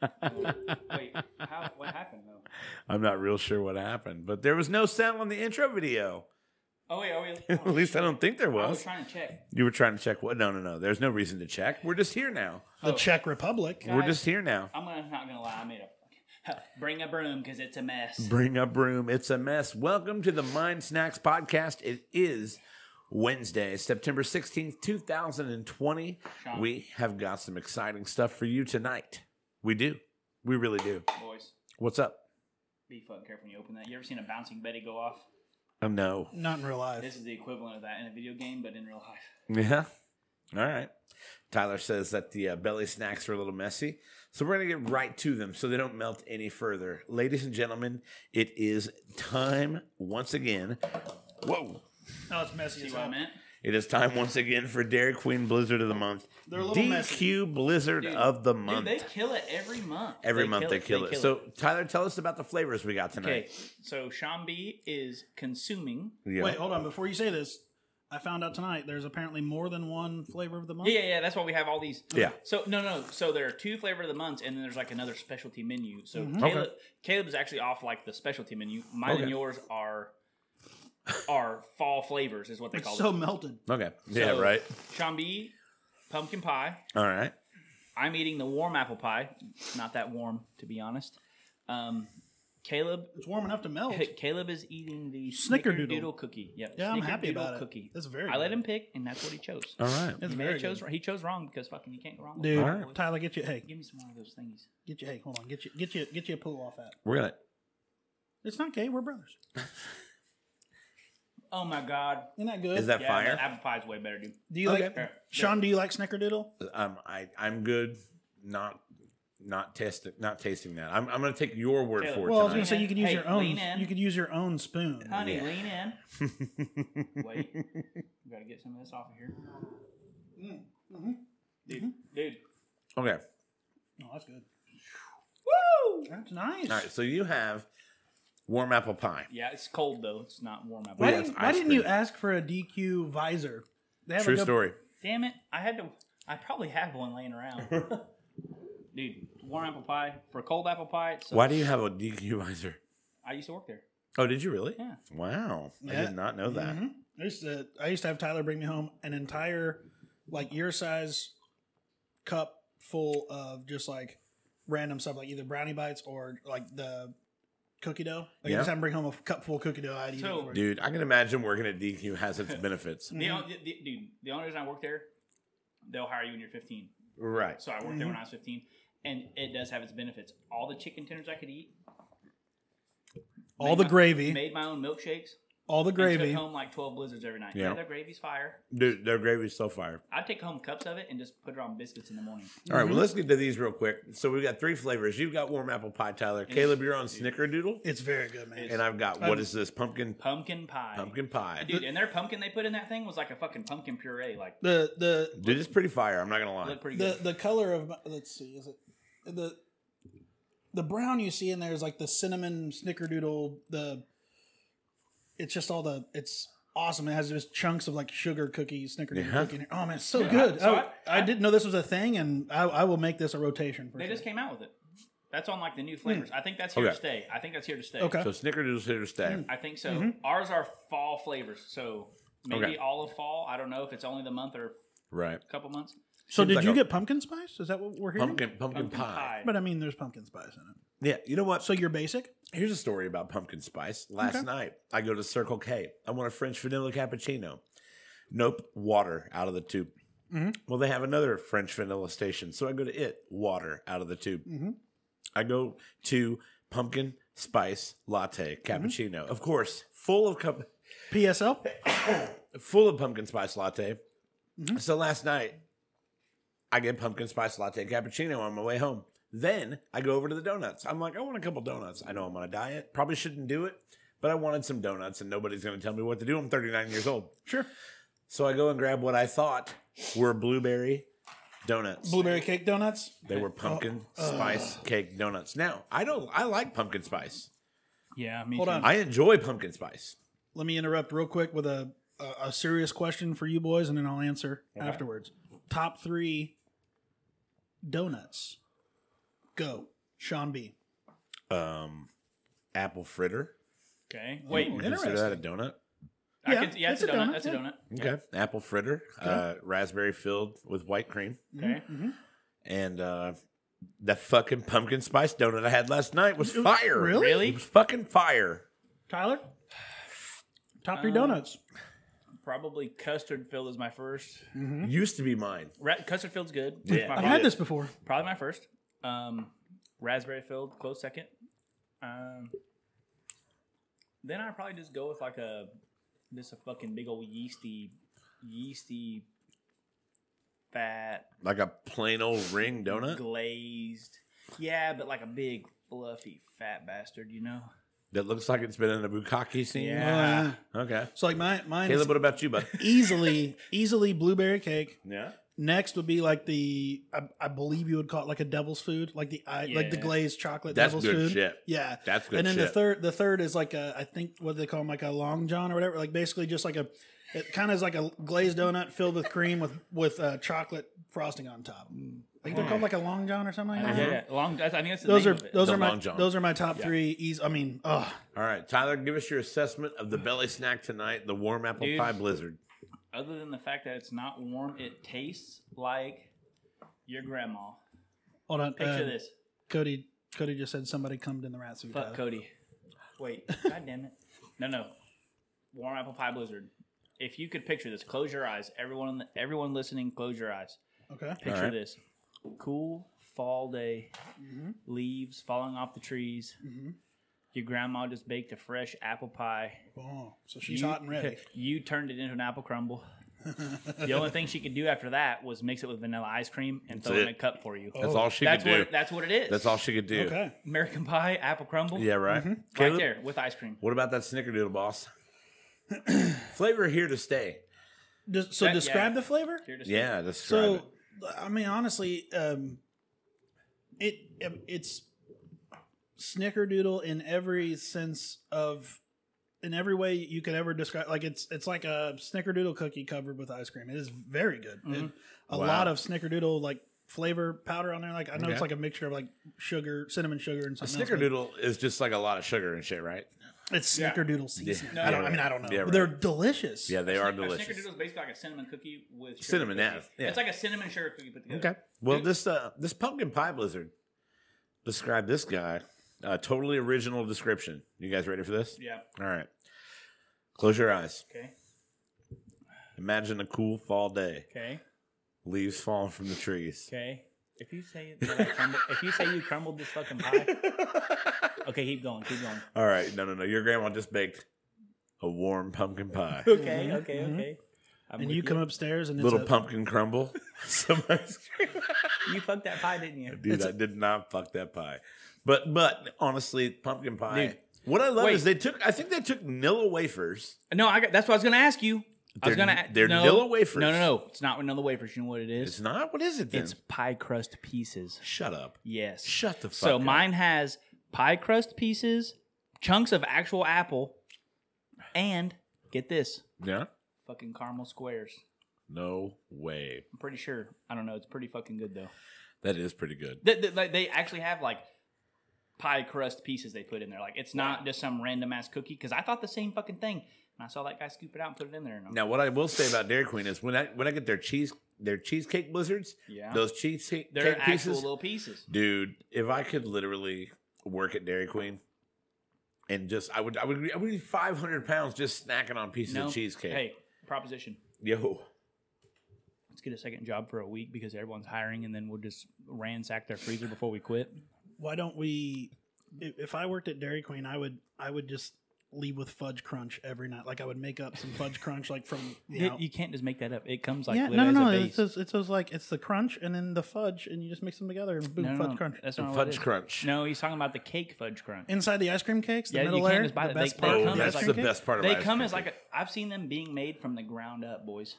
Wait, how? What happened though? I'm not real sure what happened, but there was no sound on the intro video. Oh wait, are we? oh, At least I don't think there I was was. trying to check. You were trying to check what? No, no, no. There's no reason to check. We're just here now. The Czech Republic. We're Guys, just here now. I'm gonna, not gonna lie. I made a fucking bring a broom because it's a mess. Bring a broom. It's a mess. Welcome to the Mind Snacks podcast. It is Wednesday, September 16th, 2020. Sean. We have got some exciting stuff for you tonight. We do. We really do. Boys, What's up? be fucking careful when you open that. You ever seen a bouncing Betty go off? Um, no. Not in real This life. is the equivalent of that in a video game, but in real life. Yeah. All right. Tyler says that the uh, belly snacks are a little messy. So we're going to get right to them so they don't melt any further. Ladies and gentlemen, it is time once again. Whoa. No, it's messy as See what I hell. meant? It is time once again for Dairy Queen Blizzard of the Month. They're a little DQ messy. Blizzard Dude, of the Dude, Month. they kill it every month. Every month they kill, it. So, Tyler, tell us about the flavors we got okay, tonight. so Sean B is consuming. Yeah. Wait, hold on. Before you say this, I found out tonight there's apparently more than one flavor of the month. Yeah, yeah, yeah. That's why we have all these. Yeah. So no, no. So there are two flavor of the months, and then there's like another specialty menu. So Mhm. Caleb, Okay. Caleb's actually off like the specialty menu. Mine Okay. and yours are are fall flavors, is what they call It's so them. melted. Okay. yeah, So, right. Sean B, pumpkin pie. All right. I'm eating the warm apple pie. Not that warm, to be honest. Um, Caleb, It's warm enough to melt. Caleb is eating the Snickerdoodle. cookie. Yep. Yeah, I'm happy Snickerdoodle about it. Cookie. That's very I let good. him pick, and that's what he chose. All right. It's he, very chose, good. he chose wrong because fucking you can't go wrong. with Dude, that. Alright. Tyler, get you. Hey, Give me some more of those thingies. get you. Hey, hold on. Get you. Get you. Get you a pull off that. We're going to. It's not gay. We're brothers. Oh my god. Isn't that good? Is that Yeah, fire? that apple pie's way better, dude. Do you like Okay. Sean? Do you like Snickerdoodle? um, I I'm good. Not not testing not tasting that. I'm I'm gonna take your word Taylor. for it Well, I was tonight. gonna say you could use Hey, your own. lean in. You could use your own spoon. Honey, Yeah. lean in. Wait. We gotta get some of this off of here. Dude, dude. okay. Oh, that's good. Woo! That's nice. All right. So you have warm apple pie. Yeah, it's cold though. It's not warm apple. Why, Yeah, it's didn't, why ice didn't cream. you ask for a DQ visor? They have True a good- story. Damn it. I had to I probably have one laying around. dude, warm apple pie for cold apple pie. So Why do you have a DQ visor? I used to work there. Oh, did you really? Yeah. Wow. I Yeah. did not know that. Mhm. I used to I used to have Tyler bring me home an entire like your size cup full of just like random stuff like either brownie bites or like the cookie dough. Like Yeah. I just have him bring home a cup full of cookie dough. I'd eat So- it for you. Dude, I can imagine working at DQ has its benefits. The, only- the, the, dude, the only reason I work there, they'll hire you when you're 15. Right. So I worked there when I was 15, and it does have its benefits. All the chicken tenders I could eat, all the my- gravy, made my own milkshakes, all the and gravy. took home like 12 blizzards every night. Yeah. Yeah, their gravy's fire. Dude, their gravy's so fire. I'd take home cups of it and just put it on biscuits in the morning. All Mm-hmm. right, well, let's get to these real quick. So we've got three flavors. You've got warm apple pie, Tyler. Caleb, you're on snickerdoodle. It's very good, man. And I've got, what is this? Pumpkin Pumpkin pie. pumpkin pie. Dude, and their pumpkin they put in that thing was like a fucking pumpkin puree. Like, the the Dude, it's pretty fire. I'm not going to lie. looked pretty the good. the color of my- let's see is it the the brown you see in there is like the cinnamon snickerdoodle the it's just all the it's awesome it has just chunks of like sugar cookie snickerdoodle Yeah. cookie in here. oh man it's so good so oh, I- I, didn't know this was a thing and I, I will make this a rotation for They sure. just came out with it. That's on like the new flavors. I think that's here Okay. to stay. I think that's here to stay. Hmm. okay Mm-hmm. So snickerdoodle's here to stay. I think so. Ours are fall flavors. So maybe Okay. all of fall. I don't know if it's only the month or Right. a couple months. so Seems did like you a- get pumpkin spice is that what we're hearing Pumpkin, pumpkin Pumpkin pie. pie. but I mean there's pumpkin spice in it Yeah, you know what? so you're basic Here's a story about pumpkin spice. Last Okay. night, I go to Circle K. I want a French vanilla cappuccino. Nope, water out of the tube. Well, they have another French vanilla station, so I go to it. Water out of the tube. I go to pumpkin spice latte cappuccino. Of course, full of cup, PSL full of pumpkin spice latte. So last night, I get pumpkin spice latte cappuccino on my way home. Then I go over to the donuts. I'm like, I want a couple donuts. I know I'm on a diet, probably shouldn't do it, but I wanted some donuts, and nobody's going to tell me what to do. I'm 39 years old, sure so I go and grab what I thought were blueberry donuts. blueberry cake donuts they were pumpkin spice cake donuts. Now I don't. I like pumpkin spice. Yeah, me Hold too. on. I enjoy pumpkin spice. let me interrupt real quick with a a, a serious question for you boys, and then I'll answer afterwards. Top three donuts. Go, Sean B. Um, apple fritter. Okay. Wait. Ooh, You consider that a interesting. donut? I Yeah, can, yeah, that's a donut. That's a yeah. donut. Okay. Apple fritter. Uh, raspberry filled with white cream. Okay. Mhm. And uh, that fucking pumpkin spice donut I had last night was fire. really? It was fucking fire. Tyler, top three donuts. Probably custard filled is my first. Used to be mine. Ra- custard filled's good. Uh, My Yeah. I've I favorite. had did. this before. Probably my first. Um, raspberry filled, close second. Um, then I probably just go with like a just a fucking big old yeasty, yeasty, fat Like a plain old ring donut glazed. Yeah, but like a big fluffy fat bastard, you know. that looks like it's been in a bukkake scene. Yeah. Uh, Okay. so like my mine Caleb, is what about you, bud? easily easily blueberry cake. yeah. Next would be like the I, I believe you would call it like a devil's food, like the I like the Yeah. glazed chocolate That's devil's good food. shit. Yeah, That's good and then shit. the third the third is like a I think what do they call them like a long john or whatever, like basically just like a it kind of is like a glazed donut filled with cream with with uh, chocolate frosting on top. I think they're called like a long john or something like that. Yeah, yeah, long. that's- Mm. I think that's the Uh-huh. Those name are of it. those The are my Long John. those are my top three. Ease, I mean, ugh. All right, Tyler, give us your assessment of the belly snack tonight, the warm apple Dude. pie blizzard. Other than the fact that it's not warm, it tastes like your grandma. Hold on, Picture uh, this. Cody. Cody just said somebody cummed in the rat suit. Fuck uh, Tyler. Cody. Wait, god damn it. No, no. Warm apple pie blizzard. If you could picture this, close your eyes. Everyone, everyone listening, close your eyes. Okay. Picture right. this: cool fall day, Mm-hmm. leaves falling off the trees. Your grandma just baked a fresh apple pie. Oh, so she's You- hot and ready. You turned it into an apple crumble. the only thing she could do after that was mix it with vanilla ice cream and throw it in a it. cup for you. That's all she Oh, that's could what. do. That's what it is. That's all she could do. Okay. American pie, apple crumble. Yeah, right. right Caleb, there with ice cream. what about that snickerdoodle, boss? Flavor here to stay. Des- so That- describe yeah. the flavor. Here to Yeah, describe So, it. I mean, honestly, um, it um, it's snickerdoodle in every sense of in every way you could ever describe. Like it's it's like a snickerdoodle cookie covered with ice cream. It is very good. It- a Mm-hmm. Wow. lot of snickerdoodle like flavor powder on there. Like I know Okay. it's like a mixture of like sugar, cinnamon sugar, and something. else, but Snickerdoodle is just like a lot of sugar and shit, right? It's snickerdoodle seasoning. I, don't, I mean, I don't know. Yeah, right. They're delicious. Yeah, they are A delicious. Snickerdoodle is basically like a cinnamon cookie with sugar Cinnamon, yeah, cookie. yeah. It's like a cinnamon sugar cookie put together. Okay. Well, this uh, this pumpkin pie blizzard. Describe this guy. Uh, totally original description. You guys ready for this? Yeah. All right. Close your eyes. Okay. Imagine a cool fall day. Okay. Leaves falling from the trees. Okay. If you say that I crumble, if you say you crumbled this fucking pie, okay, keep going, keep going. All right, no, no, no. Your grandma just baked a warm pumpkin pie, Okay, okay, okay. Mm-hmm, I'm And with you come upstairs and it's little a- pumpkin crumble. Some ice cream. You fucked that pie, didn't you? Dude, I did not fuck that pie. But but honestly, pumpkin pie. Dude. what I love Wait. is they took. I think they took Nilla wafers. No, I got, that's what I was gonna ask you. I was They're- gonna. a- they're no, Nilla wafers. No, no, no. It's not Nilla wafers. You know what it is? It's not. What is it then? It's pie crust pieces. Shut up. Yes. Shut the fuck So up. mine has pie crust pieces, chunks of actual apple, and get this, Yeah. fucking caramel squares. No way. I'm pretty sure. I don't know. It's pretty fucking good though. That is pretty good. They, they, like, they actually have like pie crust pieces they put in there. Like it's not just some random ass cookie. Because I thought the same fucking thing, and I saw that guy scoop it out and put it in there. And I'm, Now, what I will say about Dairy Queen is when I when I get their cheese their cheesecake blizzards, Yeah. those cheesecake they're actual pieces, little pieces. dude. If I could literally work at Dairy Queen and just I would I would I would be five hundred pounds just snacking on pieces No of cheesecake. Hey, proposition. Yo, Let's get a second job for a week because everyone's hiring, and then we'll just ransack their freezer before we quit. why don't we if, if i worked at dairy queen i would i would just leave with fudge crunch every night like i would make up some fudge crunch like from you know You can't just make that up. It comes like yeah no no literally no as a it's base. just, it's just like it's the crunch and then the fudge and you just mix them together and boom No, no, fudge no, crunch That's not what it fudge is. crunch. No, he's talking about the cake fudge crunch. inside the ice cream cakes the Yeah, you middle can't layer just buy the that. They- best they part of come the as ice like- Oh, that's the cream cake? best part of They ice come cream as like a. cake. I've seen them being made from the ground up, boys.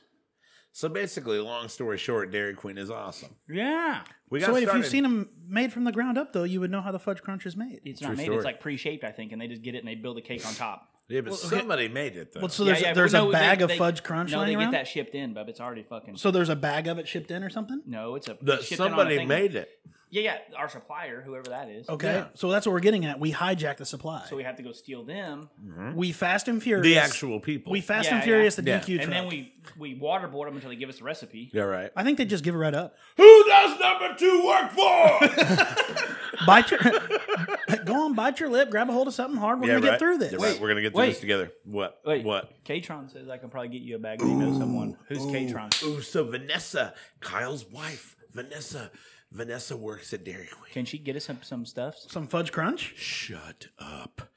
So basically, long story short, Dairy Queen is awesome. Yeah, We got so wait, if started. you've seen them made from the ground up though you would know how the fudge crunch is made it's not made. story. It's like pre-shaped, I think, and they just get it and they build a cake on top. yeah, but somebody made it though. well, so there's, yeah, yeah, there's well, no, a bag they- of they- fudge crunch No, they lying get around that shipped in, bub. It's already fucking. so there's a bag of it shipped in or something no, it's a That shipped in on a somebody thing. made it. Yeah, yeah. Our supplier, whoever that is. Okay, Yeah. so that's what we're getting at. We hijack the supply. So we have to go steal them, we fast and furious Mm-hmm. The actual people. We fast Yeah, and furious yeah. the Yeah. DQ and truck. then we we waterboard them until they give us a recipe. yeah, right. I think they just give it right up. Who does number two work for? Bite your, go on, bite your lip, grab a hold of something hard. We're yeah, gonna right. get through this. Yeah, right. We're gonna get through Wait. this together. What? Wait. What? Katron says I can probably get you a bag if you know someone. Who's Katron? Ooh, so Vanessa, Kyle's wife, Vanessa, Vanessa works at Dairy Queen. Can she get us some, some stuffs? Some fudge crunch. Shut up.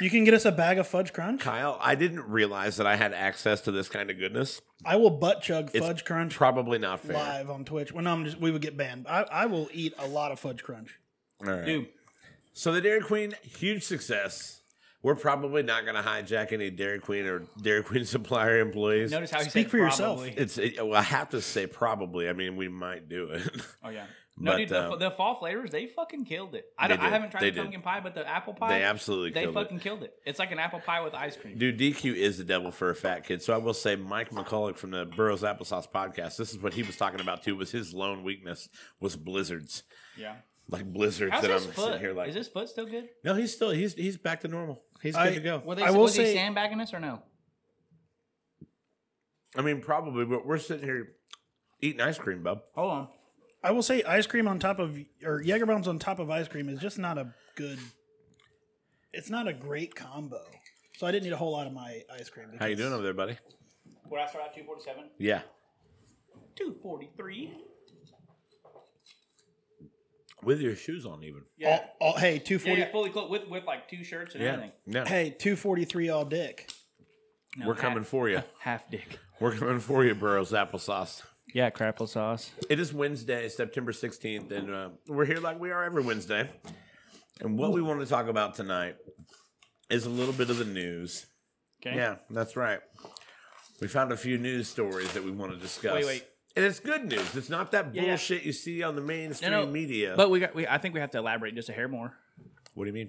You can get us a bag of fudge crunch. Kyle, I didn't realize that I had access to this kind of goodness. I will butt chug fudge crunch Probably not fair. live on Twitch. Well, no, I'm just we would get banned. I, I will eat a lot of fudge crunch. All right. Dude, So the Dairy Queen, huge success. We're probably not going to hijack any Dairy Queen or Dairy Queen supplier employees. notice how he Speak said for yourself. probably. It's. It, well, I have to say probably. I mean, we might do it. Oh yeah. No, But, dude, the, um, the fall flavors they fucking killed it. I, They don't, I did. haven't tried They the did. pumpkin pie, but the apple pie they absolutely they killed fucking it. killed it. It's like an apple pie with ice cream. Dude, DQ is the devil for a fat kid. So I will say, Mike McCulloch from the Burroughs Applesauce podcast. This is what he was talking about too. Was his lone weakness was blizzards, Yeah. like blizzards. How's that his I'm foot? sitting here like, Is his foot still good? no, he's still he's he's back to normal. He's good I- to go. Were they, I will was say- he sandbagging us or no? I mean, probably, but we're sitting here eating ice cream, bub. Hold on. I will say ice cream on top of or Jägerbombs on top of ice cream is just not a good. It's not a great combo. So I didn't need a whole lot of my ice cream. How you because- doing over there, buddy? Where I start at 247? Yeah, 243. with your shoes on, even. Yeah. All, all, hey, two yeah, Oh, forty. yeah, fully clothed with, with like two shirts and Yeah, everything. yeah. Hey, two forty three all dick. No, We're half- coming for you. Half dick. We're coming for you, Burroughs Applesauce. Yeah, crapple sauce. It is Wednesday, September 16th, and uh, we're here like we are every Wednesday. And what we want to talk about tonight is a little bit of the news. Okay. Yeah, that's right. We found a few news stories that we want to discuss. Wait, wait. And it's good news. It's not that Yeah, yeah. bullshit you see on the mainstream no, media. But we got. We, I think we have to elaborate just a hair more. what do you mean?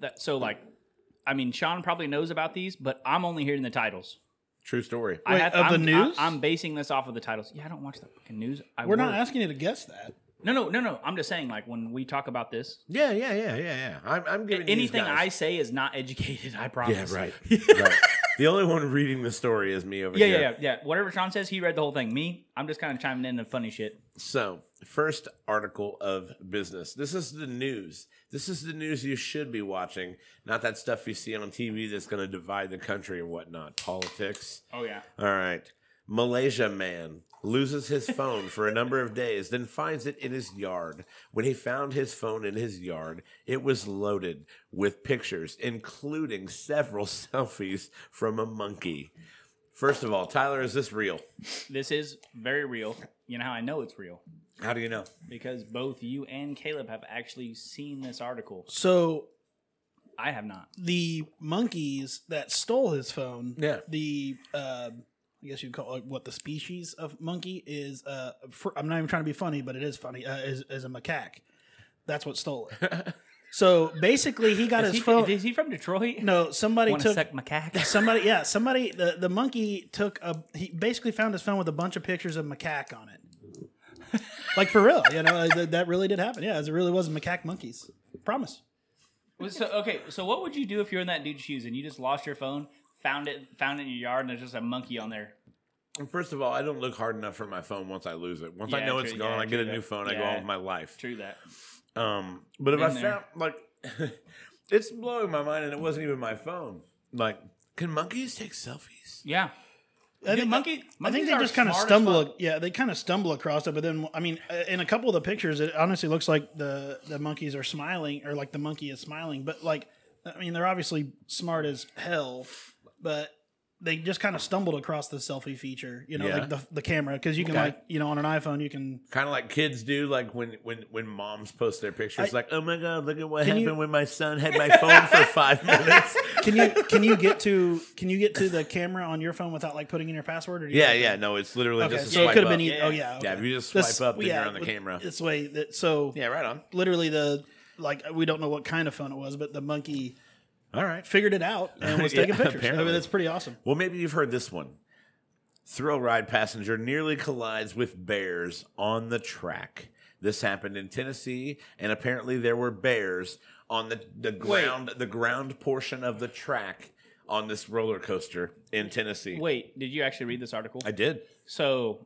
That so like, I mean, Sean probably knows about these, but I'm only hearing the titles. True story. I Wait, of the I'm- news? I, am basing this off of the titles. Yeah, I don't watch the fucking news. I We're not work. asking you to guess that. No, no, no, no. I'm just saying, like when we talk about this, yeah, yeah, yeah, yeah, yeah. I'm, I'm giving these anything guys- I say is not educated. I promise. Yeah, right. right. The only one reading the story is me over Yeah, here. yeah, yeah, yeah. Whatever Sean says, he read the whole thing. Me, I'm just kind of chiming in the funny shit. So, first article of business. This is the news. This is the news you should be watching, not that stuff you see on TV that's going to divide the country and whatnot. Politics. Oh yeah. All right. Malaysia man loses his phone for a number of days, then finds it in his yard. When he found his phone in his yard, it was loaded with pictures, including several selfies from a monkey. First of all, Tyler, is this real? This is very real. You know how I know it's real How do you know? because both you and Caleb have actually seen this article. So I have not. the monkeys that stole his phone. Yeah. The uh, I guess you'd call it what the species of monkey is. Uh, fr- I'm not even trying to be funny, but it is funny. Uh, is is a macaque. That's what stole it. so basically, he got Is his he, phone. is he from Detroit? no, somebody Want to took suck macaque? somebody. Yeah, somebody. The the monkey took a. He basically found his phone with a bunch of pictures of macaque on it. like for real, you know uh, that, that really did happen. Yeah, it really was macaque monkeys. Promise. Well, so okay, so what would you do if you're in that dude's shoes and you just lost your phone, found it, found it in your yard, and there's just a monkey on there? First of all, I don't look hard enough for my phone once I lose it. Once I Yeah, know true, it's gone, yeah, I get a true new that. phone. I go Yeah. on with my life. True that. Um, but if Been I there. found like, it's blowing my mind, and it wasn't even my phone. Like, can monkeys take selfies? Yeah. I Dude, think monkey, I think monkeys they are just kind of smart as stumble. fuck. Yeah, they kind of stumble across it. But then, I mean, uh, in a couple of the pictures, it honestly looks like the the monkeys are smiling, or like the monkey is smiling. But like, I mean, they're obviously smart as hell, but they just kind of stumbled across the selfie feature. You know, Yeah. like the the camera because you can Okay. like you know on an iPhone you can. Kind of like kids do, like when when when moms post their pictures, like, oh my god, look at what Can happened you- when my son had my phone for five minutes. Can you can you get to can you get to the camera on your phone without like putting in your password? Or do you yeah, yeah, no, it's literally Okay, just a so it swipe could have up. been. e- Yeah, Oh yeah. yeah. Okay. Yeah, if you just swipe This- up, then yeah, you're on the with- camera. This way, that, so Yeah, right on. literally the like we don't know what kind of phone it was, but the monkey All right. figured it out and was Yeah, taking pictures. I apparently. mean, that's pretty awesome. Well, maybe you've heard this one. Thrill ride passenger nearly collides with bears on the track. This happened in Tennessee, and apparently there were bears on the, the ground the ground portion of the track on this roller coaster in Tennessee. Wait, did you actually read this article? I did. so,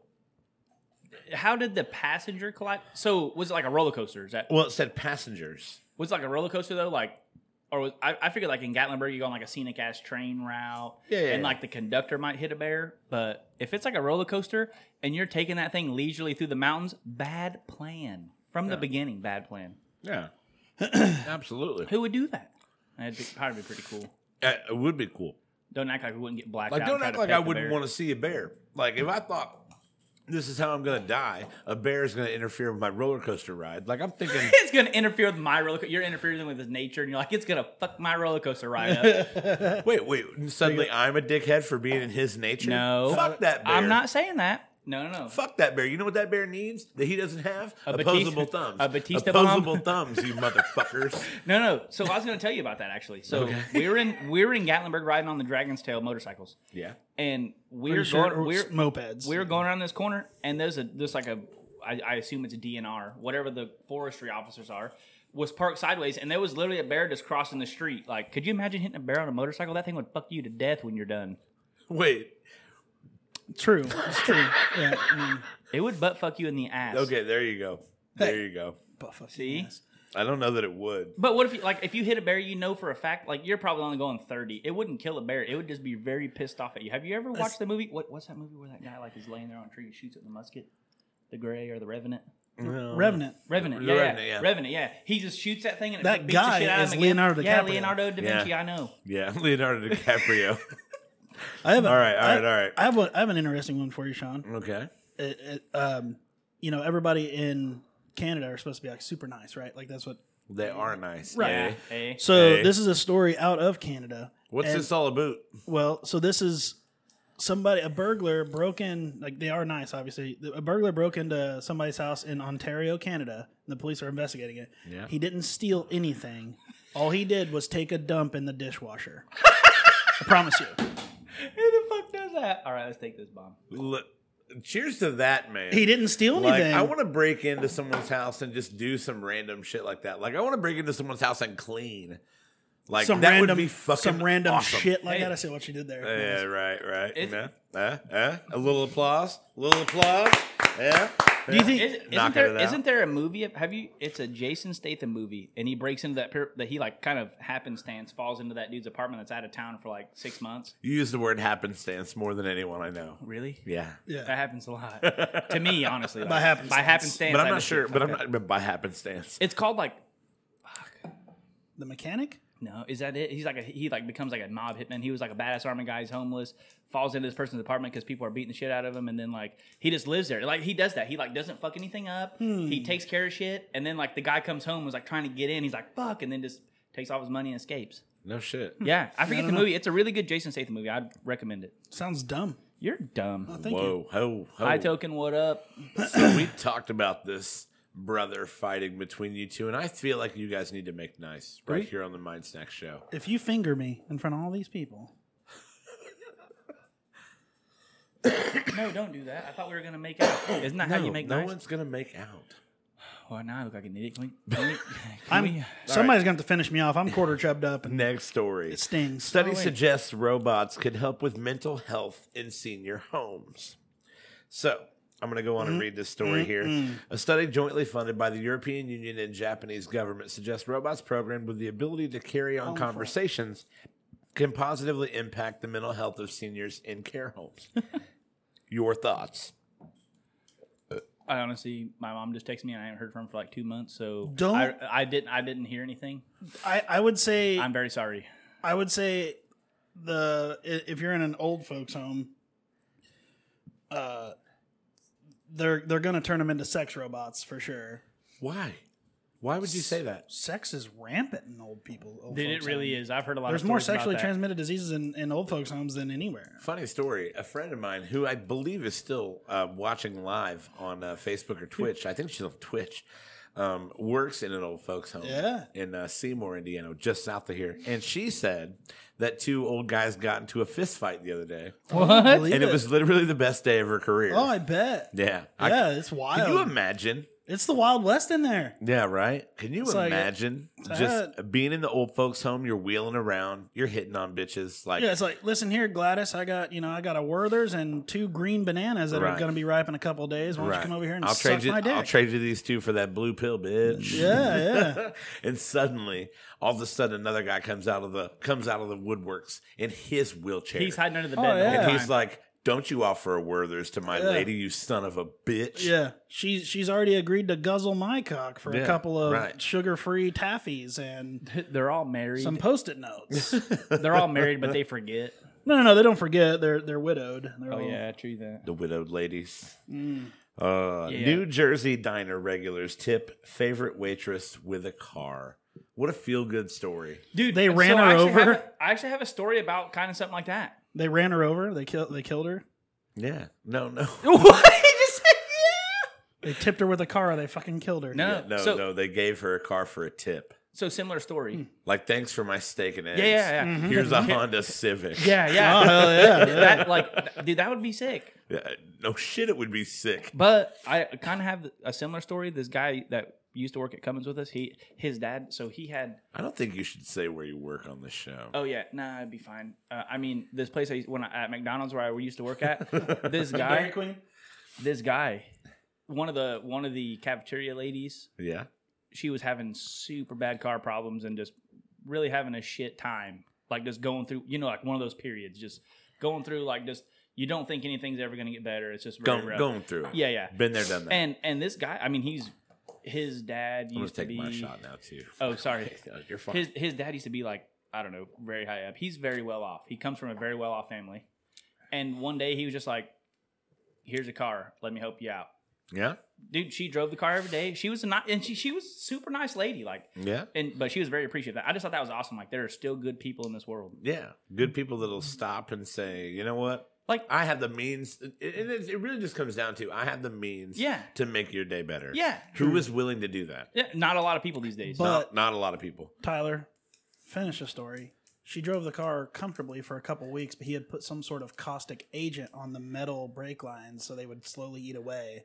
how did the passenger collide? So, was it like a roller coaster? Is that Well, it said passengers. was it like a roller coaster though? Like, or was I, I figured like in Gatlinburg you go on like a scenic ass train route, Yeah, yeah, and yeah. like the conductor might hit a bear. But if it's like a roller coaster and you're taking that thing leisurely through the mountains, bad plan from the beginning. Bad plan. Yeah, absolutely. Who would do that? That'd be, probably be pretty cool. Uh, it would be cool. Don't act like we wouldn't get blacked Like, out. don't act like I wouldn't want to see a bear. Like, if I thought this is how I'm going to die, a bear is going to interfere with my roller coaster ride. Like, I'm thinking, It's gonna interfere with my roller. co- You're interfering with his nature, and you're like, it's gonna fuck my roller coaster ride up. wait, wait. and Suddenly, I'm a dickhead for being in his nature. No, fuck that bear. I'm not saying that. No, no, no. Fuck that bear. You know what that bear needs that he doesn't have? A Batista- Opposable thumbs. a Batista bomb. Opposable thumbs, you motherfuckers. No, no. So I was going to tell you about that actually. So we were in we were in Gatlinburg riding on the Dragon's Tail motorcycles, Yeah. and we Pretty were sure going it was we're mopeds. we were going around this corner, and there's a there's like a I, I assume it's a DNR, whatever the forestry officers are, was parked sideways, and there was literally a bear just crossing the street. Like, could you imagine hitting a bear on a motorcycle? That thing would fuck you to death when you're done. Wait. True. It's true. Yeah. I mean, It would butt fuck you in the ass. Okay, there you go. There you go. buff us. See? Yes. I don't know that it would. But what if you like if you hit a bear, you know for a fact like you're probably only going thirty. It wouldn't kill a bear. It would just be very pissed off at you. Have you ever watched the movie? What, what's that movie where that guy like is laying there on a tree and shoots it with a musket? The Gray or the Revenant? Mm-hmm. Revenant. Revenant, yeah, The Revenant, yeah. yeah. Revenant, yeah. He just shoots that thing and it That beats the guy shit out of is him again. Leonardo Yeah, DiCaprio. Leonardo da Vinci. Yeah. I know. Yeah, Leonardo DiCaprio. I have. A, all right, all I- right, all right. I have, a, I have an interesting one for you, Sean. Okay. It, it, um, you know, everybody in Canada are supposed to be like super nice, right? Like that's what. They are nice. Right. eh? Hey, So Hey. this is a story out of Canada. What's And- this all about? Well, so this is somebody a burglar broke in like they are nice obviously. A burglar broke into somebody's house in Ontario, Canada. And the police are investigating it. Yeah. He didn't steal anything. All he did was take a dump in the dishwasher. I promise you. who the fuck does that? All right, let's take this bomb. Look, cheers to that, man. He didn't steal like, anything. I want to break into someone's house and just do some random shit like that. Like, I want to break into someone's house and clean. Like, some that would random be fucking some random awesome. shit like Hey. that. I see what you did there. Yeah, right, right. It's- yeah. Uh, uh, a little applause. A little applause. Yeah. Do you think Is, isn't, Knocking it there, out. isn't there a movie? Have you? It's a Jason Statham movie, and he breaks into that pyra- that he like kind of happenstance falls into that dude's apartment that's out of town for like six months. You use the word happenstance more than anyone I know. Really? Yeah. That yeah. happens a lot to me, honestly. Like, happenstance. By happenstance, But I'm I not just- sure. But I'm okay. not but by happenstance. It's called like The mechanic? no, is that it? He's like a, he like becomes like a mob hitman. He was like a badass army guy. He's homeless, falls into this person's apartment because people are beating the shit out of him, and then like he just lives there. Like he does that. He like doesn't fuck anything up. Hmm. He takes care of shit, and then like the guy comes home was like trying to get in. He's like fuck, and then just takes all his money and escapes. No shit. Yeah, I forget don't the know. movie. It's a really good Jason Statham movie. I'd recommend it. Sounds dumb. You're Oh. dumb. Thank you. Whoa, ho, ho. Hi token, what up? so we talked about this brother fighting between you two, and I feel like you guys need to make nice right here on the Mind Snack Show. If you finger me in front of all these people, No, don't do that. I thought we were gonna make out. Isn't that how you make no nice? one's gonna make out. Well, now I look like an idiot. Can we, can we, can I'm we- somebody's going to have to finish me off. I'm quarter chubbed up and Next story. it stings. Study suggests robots could help with mental health in senior homes. So I'm going to go on and read this story here. A study jointly funded by the European Union and Japanese government suggests robots programmed with the ability to carry on conversations can positively impact the mental health of seniors in care homes. Your thoughts? I honestly, my mom just texted me and I haven't heard from her for like two months. So Don't- I, I didn't. I didn't hear anything. I, I would say I'm very sorry. I would say the i- if you're in an old folks home, uh, they're they're gonna turn them into sex robots for sure. Why? Why would you say that? Sex is rampant in old people. Old Dude, it folks' really home. is. I've heard a lot. There's of more stories about sexually that. transmitted diseases in, in old folks' homes than anywhere. Funny story. A friend of mine who I believe is still uh, watching live on uh, Facebook Hmm. or Twitch. I think she's on Twitch. Um, works in an old folks home Yeah. in uh, Seymour, Indiana, just south of here. And she said that two old guys got into a fist fight the other day, Believe and it was literally the best day of her career. Oh, I bet. yeah, I- yeah, it's wild. Can you imagine It's the Wild West in there. Yeah, right. Can you It's like- imagine just being in the old folks' home? You're wheeling around, you're hitting on bitches. Like, Yeah, it's like listen here, Gladys. I got you know I got a Werther's and two green bananas that Right. are going to be ripe in a couple of days. Why don't right. you come over here and I'll suck trade you. my dick? I'll trade you these two for that blue pill, bitch. Yeah, yeah. and suddenly, all of a sudden, another guy comes out of the comes out of the woodworks in his wheelchair. He's hiding under the Oh, bed. the whole yeah. and time. he's like, "Don't you offer a Werther's to my Yeah. lady, you son of a bitch." yeah, she's she's already agreed to guzzle my cock for Yeah, a couple of right. sugar-free taffies and they're all married. some post-it notes. they're all married, but they forget. no, no, no, they don't forget. They're they're widowed. They're Oh all- yeah, true that. The widowed ladies. Mm. Uh, Yeah. New Jersey diner regulars tip favorite waitress with a car. What a feel good story. Dude, They ran her I actually over? have a- I actually have a story about kind of something like that. They ran her over. They killed. They killed her. Yeah. No, no. what? just They tipped her with a car. They fucking killed her. No, Yeah, no, so, no. They gave her a car for a tip. So similar story. Like, thanks for my steak and eggs. Yeah, yeah, Mm-hmm. yeah. Here's a Honda Civic. Yeah, yeah. Oh, hell yeah, yeah. That like, th- dude, that would be sick. Yeah, No shit, it would be sick. But I kind of have a similar story. This guy that used to work at Cummins with us, he his dad. So he had. I don't think you should say where you work on the show. Oh yeah, nah, it'd be fine. Uh, I mean, this place I, when I, at McDonald's where I used to work at, Oh, this guy, Queen. this guy, one of the one of the cafeteria ladies, Yeah. she was having super bad car problems and just really having a shit time. Like just going through, you know, like one of those periods, just going through like just you don't think anything's ever gonna get better. It's just very Going, rough. going through it. Yeah, yeah. Been there, done that. And and this guy, I mean, he's his dad I'm going used to take to be. my shot now, too. Oh, sorry. You're fine. His his dad used to be like I don't know, very high up. He's very well off. He comes from a very well off family. And one day he was just like, "Here's a car. Let me help you out." yeah. Dude, she drove the car every day. She was a not, and she she was a super nice lady. Like, Yeah. and but she was very appreciative. I just thought that was awesome. Like, there are still good people in this world. Yeah. Good people that'll stop and say, you know what? Like, I have the means. And it, it really just comes down to I have the means Yeah. to make your day better. yeah, Who is willing to do that? yeah. Not a lot of people these days. But- Not, not a lot of people. Tyler, finish the story. She drove the car comfortably for a couple weeks, but he had put some sort of caustic agent on the metal brake lines so they would slowly eat away.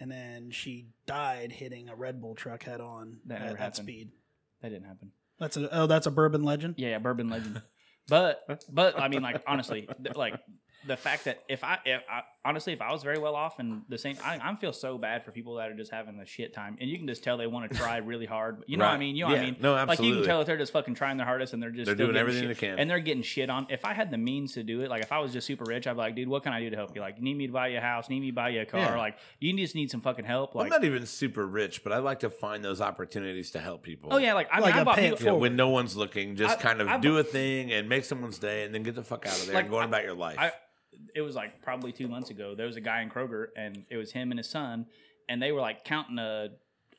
And then she died hitting a Red Bull truck head on That at never that happened. speed. that didn't happen. That's a oh, that's a bourbon legend. Yeah, yeah, bourbon legend. But but I mean, like honestly, th- like the fact that if I, if I honestly, if I was very well off and the same, I, I feel so bad for people that are just having a shit time, and you can just tell they want to try really hard. You know what I Right. mean? You know what I Yeah. mean? No, Like you absolutely. can tell if they're just fucking trying their hardest and they're just They're still doing getting everything shit- they can. and they're getting shit on. If I had the means to do it, like if I was just super rich, I'd be like, dude, what can I do to help you? Like, you need me to buy you a house? Need me to buy you a car? Yeah. Like, you just need some fucking help? I'm Like, not even super rich, but I like to find those opportunities to help people. oh yeah, like I, Like mean, I a bought pay it people, You know, when no one's looking, just I- kind of I- do a thing and make someone's day and then get the fuck out of there Like, and go on I- about your life. I it was like probably two months ago. There was a guy in Kroger, and it was him and his son, and they were like counting a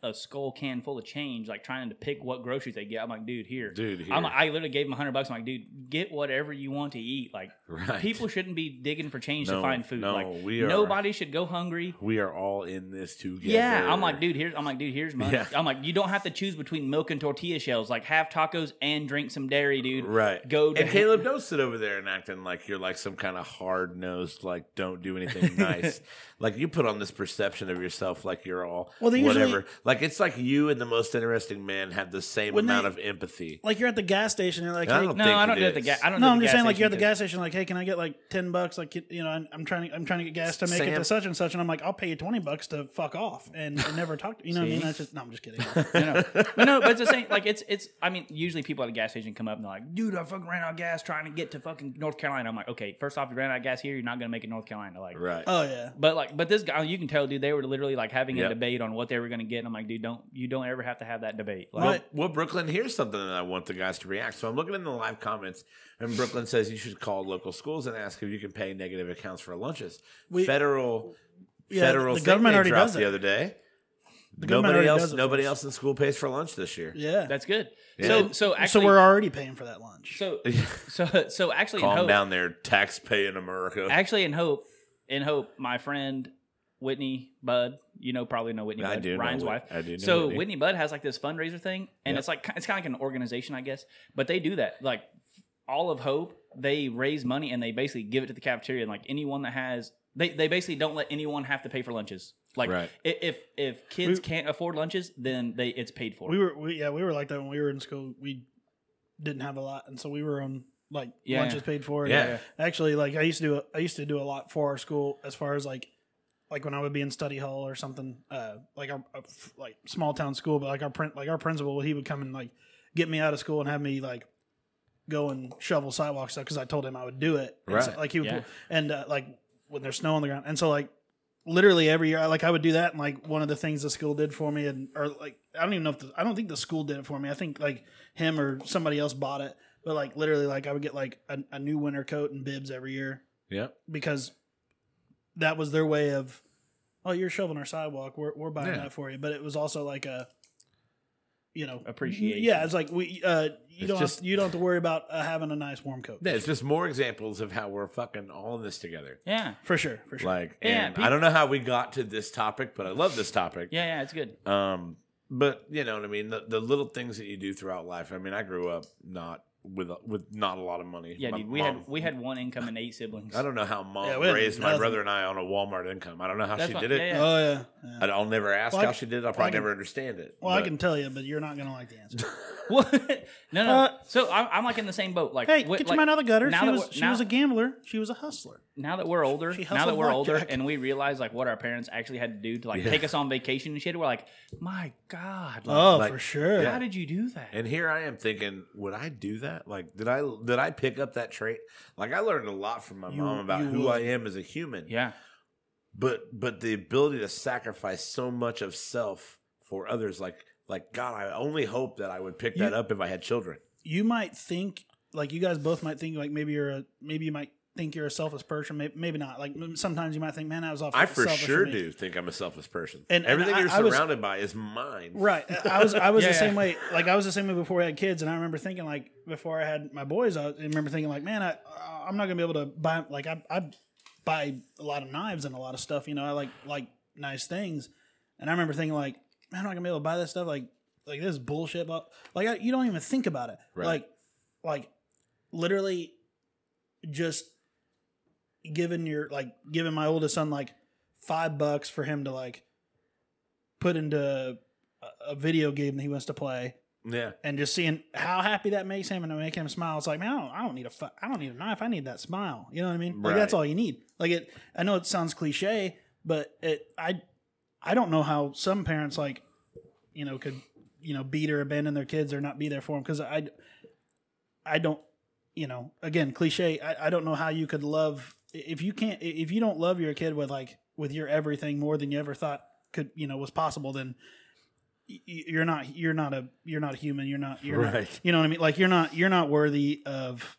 a skull can full of change, like trying to pick what groceries they get. I'm like, dude, here, Dude, here. I'm like, I literally gave him hundred bucks. I'm like, dude, get whatever you want to eat. Like, Right. people shouldn't be digging for change to No, find food. no, like, we are- nobody should go hungry. we are all in this together. Yeah, I'm like, dude, here's I'm like, dude, here's money. Yeah. I'm like, you don't have to choose between milk and tortilla shells. Like, have tacos and drink some dairy, dude. Right. Go to and Caleb, don't sit over there and acting like you're like some kind of hard nosed, like don't do anything nice. like you put on this perception of yourself like you're all Well, they usually- whatever. like it's like you and the most interesting man have the same When amount they- of empathy. Like you're at the gas station, you're like, I hey, don't No, think I don't it do it at the is. gas. I don't. do no, it I'm just saying, like you're at the station, gas station, like, hey, can I get like ten bucks? Like, you know, I'm, I'm trying to, I'm trying to get gas to make it Sam- to such and such, and I'm like, I'll pay you twenty bucks to fuck off and, and never talk to you. Know what I mean? See? That's just no, I'm just kidding. no, no, no, no, but it's the same. Like it's it's. I mean, usually people at a gas station come up and they're like, "Dude, I fucking ran out of gas trying to get to fucking North Carolina." I'm like, "Okay, first off, you ran out of gas here. You're not gonna make it North Carolina." Like, Right. oh yeah, but like, but this guy, you can tell, dude, they were literally like having Yep. a debate on what they were gonna get. And I'm like, dude, don't you don't ever have to have that debate. Like, Well, well, Brooklyn, here's something that I want the guys to react. So I'm looking in the live comments, and Brooklyn says you should call local schools and ask if you can pay negative accounts for lunches. We- federal, Yeah, federal. the thing government they already dropped does the it. other day. government Nobody already else, does it for nobody us. else in school pays for lunch this year. yeah. that's good. Yeah. So so actually, so we're already paying for that lunch. so so so actually, in Calm hope, down there, tax paying America. actually in hope, in hope, my friend Whitney Budd, you know, probably know Whitney I Budd, do know Ryan's Whit- wife. I do know so Whitney. Whitney. Budd has like this fundraiser thing, and it's like it's kind of like an organization, I guess. But they do that, like all of Hope, they raise money and they basically give it to the cafeteria, and like anyone that has They they basically don't let anyone have to pay for lunches. Like Right. i- if if kids We- can't afford lunches, then they it's paid for. We were, we, yeah, we were like that when we were in school. We didn't have a lot, and so we were on like Yeah. lunches paid for. and Yeah. actually, like I used to do, a, I used to do a lot for our school as far as like, like when I would be in study hall or something, uh, like our uh, f- like small town school, but like our print, like our principal, he would come and like get me out of school and have me like go and shovel sidewalk stuff because I told him I would do it. And so, Right. like he would, Yeah. pull, and uh, like when there's snow on the ground, and so like literally every year, I- like I would do that, and like one of the things the school did for me, and or like I don't even know if the, I don't think the school did it for me. I think like him or somebody else bought it, but like literally, like I would get like a, a new winter coat and bibs every year Yep. because that was their way of, oh, you're shoveling our sidewalk, we're we're buying Yeah. that for you. But it was also like a, you know, Appreciation. Yeah, it's like we uh, you It's don't have, just- you don't have to worry about uh, having a nice warm coat Yeah, it's just more examples of how we're fucking all in this together. Yeah. for sure, for sure. Like, Yeah, and peop- I don't know how we got to this topic, but I love this topic. Yeah, yeah, it's good. Um, but you know what I mean. The, the little things that you do throughout life. I mean, I grew up not with with not a lot of money. Yeah, My dude. We mom- had we had one income and eight siblings. I don't know how mom Yeah, we had raised my nothing. brother and I on a Walmart income. I don't know how That's she what- did it. yeah, oh yeah. yeah. I- I'll never ask Well, I how can- she did. it. I'll well, I probably can- never understand it. Well, I but- can tell you, but you're not gonna like the answer. What? no, no. Uh, so I'm, I'm like in the same boat. Like, hey, wi- get like, your mind out of the gutter. now She that was we're- she now- was a gambler. She was a hustler. now that we're older, She now that hustled we're older, blackjack. and we realize like what our parents actually had to do to like Yeah. take us on vacation and shit, we're like, my god, like, Oh, like- for sure. how did you do that? And here I am thinking, would I do that? Like, did I did I pick up that trait? Like, I learned a lot from my You- mom about you who would. I am as a human. yeah, But but the ability to sacrifice so much of self for others, like like God, I only hope that I would pick that You- up if I had children. You might think like you guys both might think like maybe you're a maybe you might think you're a selfish person. Maybe, maybe not. Like m- sometimes you might think, man, I was off. I for selfish sure me. do think I'm a selfish person. And- And and everything I- you're I was- surrounded by is mine. Right. I was I was Yeah, the same yeah. way. Like I was the same way before we had kids, and I remember thinking like before I had my boys, I remember thinking like, man, I I'm not gonna be able to buy like I I buy a lot of knives and a lot of stuff. You know, I like like nice things, and I remember thinking like, man, I'm not gonna be able to buy this stuff. Like like this is bullshit. But like I, you don't even think about it. Right. Like like literally just giving your like giving my oldest son like five bucks for him to like put into a- a video game that he wants to play Yeah. and just seeing how happy that makes him and to make him smile it's like man i don't, I don't need a fu- i don't need a knife i need that smile you know what i mean like that's Right. all you need like it i know it sounds cliche but it i i don't know how some parents like you know could you know beat or abandon their kids or not be there for them because i i don't you know again cliche I, I don't know how you could love if you can't if you don't love your kid with like with your everything more than you ever thought could you know was possible then y- y- you're not you're not a you're not a human you're not you're not Right. you know what i mean like you're not you're not worthy of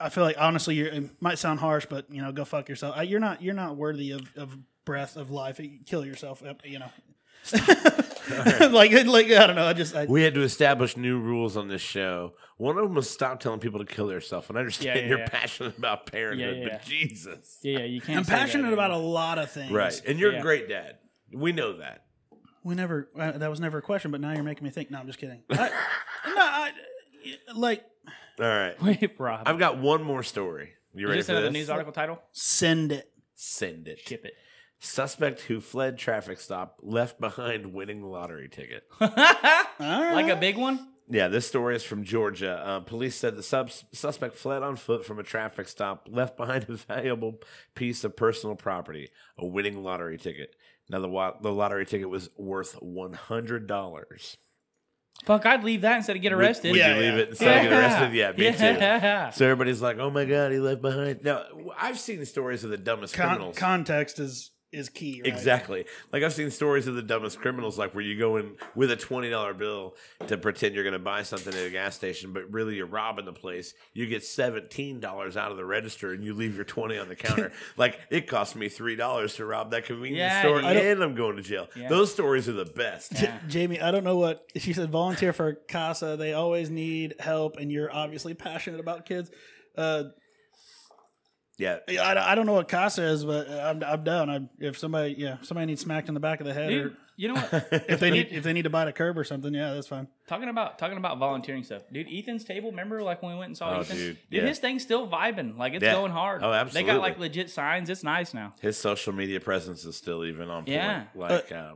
i feel like honestly you're, it might sound harsh but you know go fuck yourself I, you're not you're not worthy of of breath of life kill yourself uh, you know like like i don't know i just I, We had to establish new rules on this show. One of them was stop telling people to kill themselves. And I understand Yeah, yeah, you're yeah. passionate about parenthood, Yeah, yeah, yeah. but Jesus. yeah, yeah. You can't. i'm say that passionate about a anymore. lot of things Right. And you're Yeah. a great dad. We know that. We never. Uh, that was never a question, but now you're making me think. No, I'm just kidding. I, no, I, like All right. Wait, Rob. I've got one more story. You Is ready this for another this? news article title? send it. Send it. Ship it. Suspect who fled traffic stop left behind winning lottery ticket. All right. Like a big one. Yeah, this story is from Georgia. Uh, police said the subs- suspect fled on foot from a traffic stop, left behind a valuable piece of personal property, a winning lottery ticket. Now, the, wa- the lottery ticket was worth $100. Fuck, I'd leave that instead of get Would- arrested. Would, Yeah, you leave yeah. it instead of get arrested? Yeah, me too. Yeah. So everybody's like, oh my God, he left behind. Now, w- I've seen stories of the dumbest Con- criminals. context is is key. Right? Exactly. Like I've seen stories of the dumbest criminals, like where you go in with a twenty dollar bill to pretend you're going to buy something at a gas station, but really you're robbing the place. You get seventeen dollars out of the register, and you leave your twenty on the counter. like it cost me three dollars to rob that convenience Yeah, store, I don't- and I'm going to jail. Yeah. Those stories are the best. Yeah. Jamie, I don't know what she said. Volunteer for Casa. They always need help, and you're obviously passionate about kids. Uh, Yeah. yeah, I, I don't know what Casa is, but I'm, I'm down. I, if somebody, yeah, if somebody needs smacked in the back of the head, Dude, or You know what? If they need if they need to bite a curb or something, yeah, that's fine. talking about talking about volunteering stuff, dude. Ethan's table. Remember, like when we went and saw Oh, Ethan, dude, dude. yeah. his thing's still vibing. Like it's Yeah. going hard. Oh, They absolutely. got like legit signs. It's nice now. His social media presence is still even on point. Yeah. Like, uh,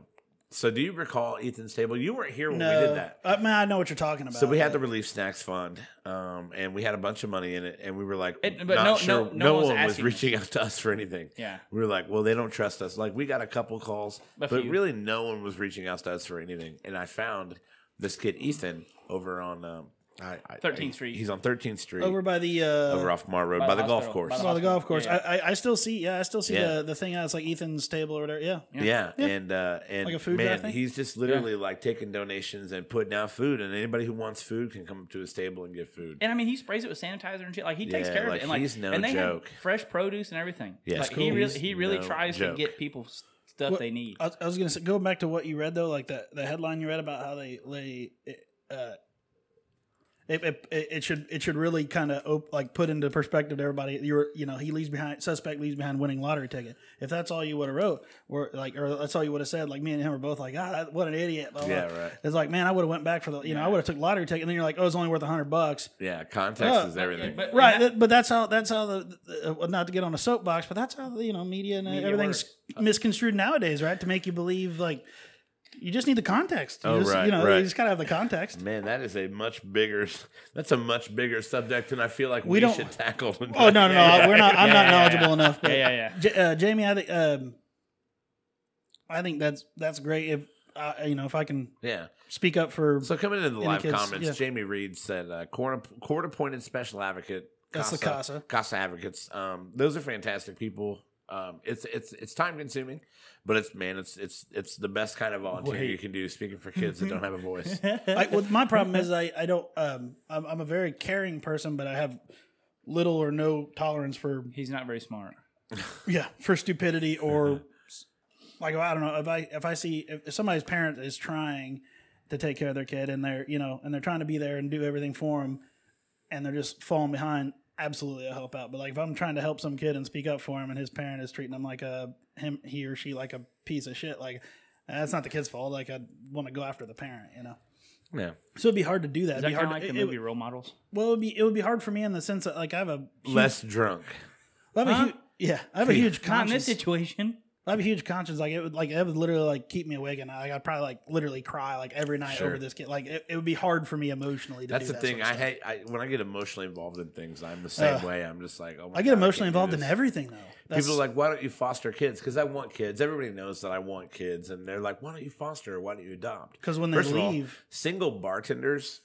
so do you recall Ethan's table? You weren't here when No, we did that. I, man, I know what you're talking about. So we had the relief snacks fund, um, and we had a bunch of money in it, and we were like, It- but but not no- sure. no- No, no one was one was asking. reaching out to us for anything. Yeah. we were like, well, they don't trust us. Like, we got a couple calls, A but few. really, no one was reaching out to us for anything. And I found this kid Ethan over on um, I, I, 13th I- Street. He's on 13th Street, over over, by the uh, off Mar Road by, By the the golf hospital. course. By by the golf course. Yeah. I, I I still see yeah, I still see Yeah. the the thing out. It's like Ethan's table or whatever. Yeah, Yeah. and uh, and Like a food drive man, thing? he's just literally like taking donations and putting out food, and anybody who wants food can come up to his table and get food. And I mean, he sprays it with sanitizer and shit. Like he takes Yeah, care like, of it. And like he's no and they joke. Have fresh produce and everything. Yeah, like, it's he cool. really He's he really no tries joke. to get people s- stuff What- they need. I, was- I was gonna say go back to what you read though, like the the headline you read about how they they it, uh, it, it, it it should it should really kind of op- like put into perspective to everybody. You're you know he leaves behind suspect leaves behind winning lottery ticket. If that's all you would have wrote, or like or that's all you would have said, like me and him were both like ah that, what an idiot. blah, blah. Yeah, right. It's like man, I would have went back for the you know I would have took lottery ticket, and then you're like oh it's only worth a hundred bucks. Yeah, context Oh, is everything. But- Right, and that- that, but that's how that's how the, the uh, not to get on a soapbox, but that's how you know media and uh Media everything's misconstrued nowadays, right? To make you believe like you just need the context. You Oh, just, right, you know, right. you just gotta have the context. Man, that is a much bigger. That's a much bigger subject than I feel like we, don't- should tackle. Oh no, no, no, we're not. I'm yeah, not yeah, knowledgeable yeah. enough. But, Yeah, yeah, yeah. J- uh, Jamie, I think um, I think that's that's great. If uh, you know, if I can Yeah. speak up for So coming into the Any live kids, comments, yeah. Jamie Reed said, uh, "Court court appointed special advocate. That's the CASA. Casa advocates. Um, those are fantastic people. Um, it's it's it's time consuming, but it's man, it's it's it's the best kind of volunteer you can do. Speaking for kids that don't have a voice. I, well, my problem is I, I don't um I'm, I'm a very caring person, but I have little or no tolerance for He's not very smart. Yeah, for stupidity or Mm-hmm. like I don't know if I if I see if, if somebody's parent is trying to take care of their kid and they're you know and they're trying to be there and do everything for them and they're just falling behind. Absolutely, I help out. But like if I'm trying to help some kid and speak up for him and his parent is treating him like a him he or she like a piece of shit, like that's not the kid's fault. Like I want to go after the parent, you know. Yeah, So it'd be hard to do Is that. it'd that be kind hard. of like it- the it- movie Role Models? well, it'd be it would be hard for me in the sense that like I have a, less drunk. I have a Huh? huge, yeah, I have a huge Not in this conscience. situation. I have a huge conscience. Like it would, like it would literally like keep me awake, and I, like, I'd probably like literally cry like every night Sure. over this kid. Like it, it would be hard for me emotionally. to That's do the that thing. sort I of stuff. hate I, when I get emotionally involved in things. I'm the same Ugh. way. I'm just like, oh my I get God, emotionally can't do involved in this. everything though. That's, People are like, why don't you foster kids? Because I want kids. Everybody knows that I want kids, and they're like, why don't you foster? Why don't you adopt? 'Cause when they First of all, leave- single bartenders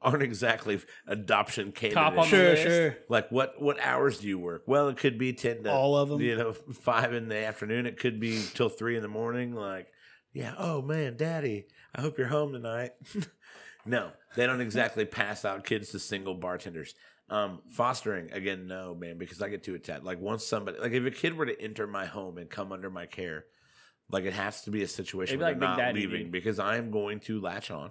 aren't exactly adoption candidates. Top on the Sure, list. sure. Like what what hours do you work? Well, it could be ten to All of 'em. You know, five in the afternoon. It could be till three in the morning. Like, yeah. Oh man, Daddy, I hope you're home tonight. no, they don't exactly pass out kids to single bartenders. Um, fostering again, no man, because I get too attached. Like once somebody, like if a kid were to enter my home and come under my care, like it has to be a situation It'd be where like they're Big not Daddy, leaving dude. because I'm going to latch on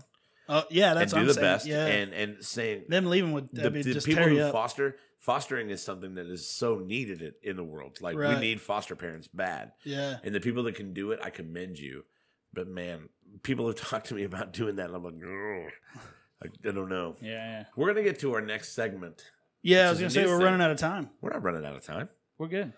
oh yeah, that's and do what the I'm saying. best Yeah, and and saying them leaving would the, that'd be the just people tear who you up. foster fostering is something that is so needed in- in the world. Like we Right. need foster parents bad, Yeah, and the people that can do it, I commend you. But man, people have talked to me about doing that, and I'm like, "Ugh." I, I don't know. Yeah, yeah. We're gonna get to our next segment. yeah. is I was a gonna say new we're thing. running out of time. We're not running out of time. We're good.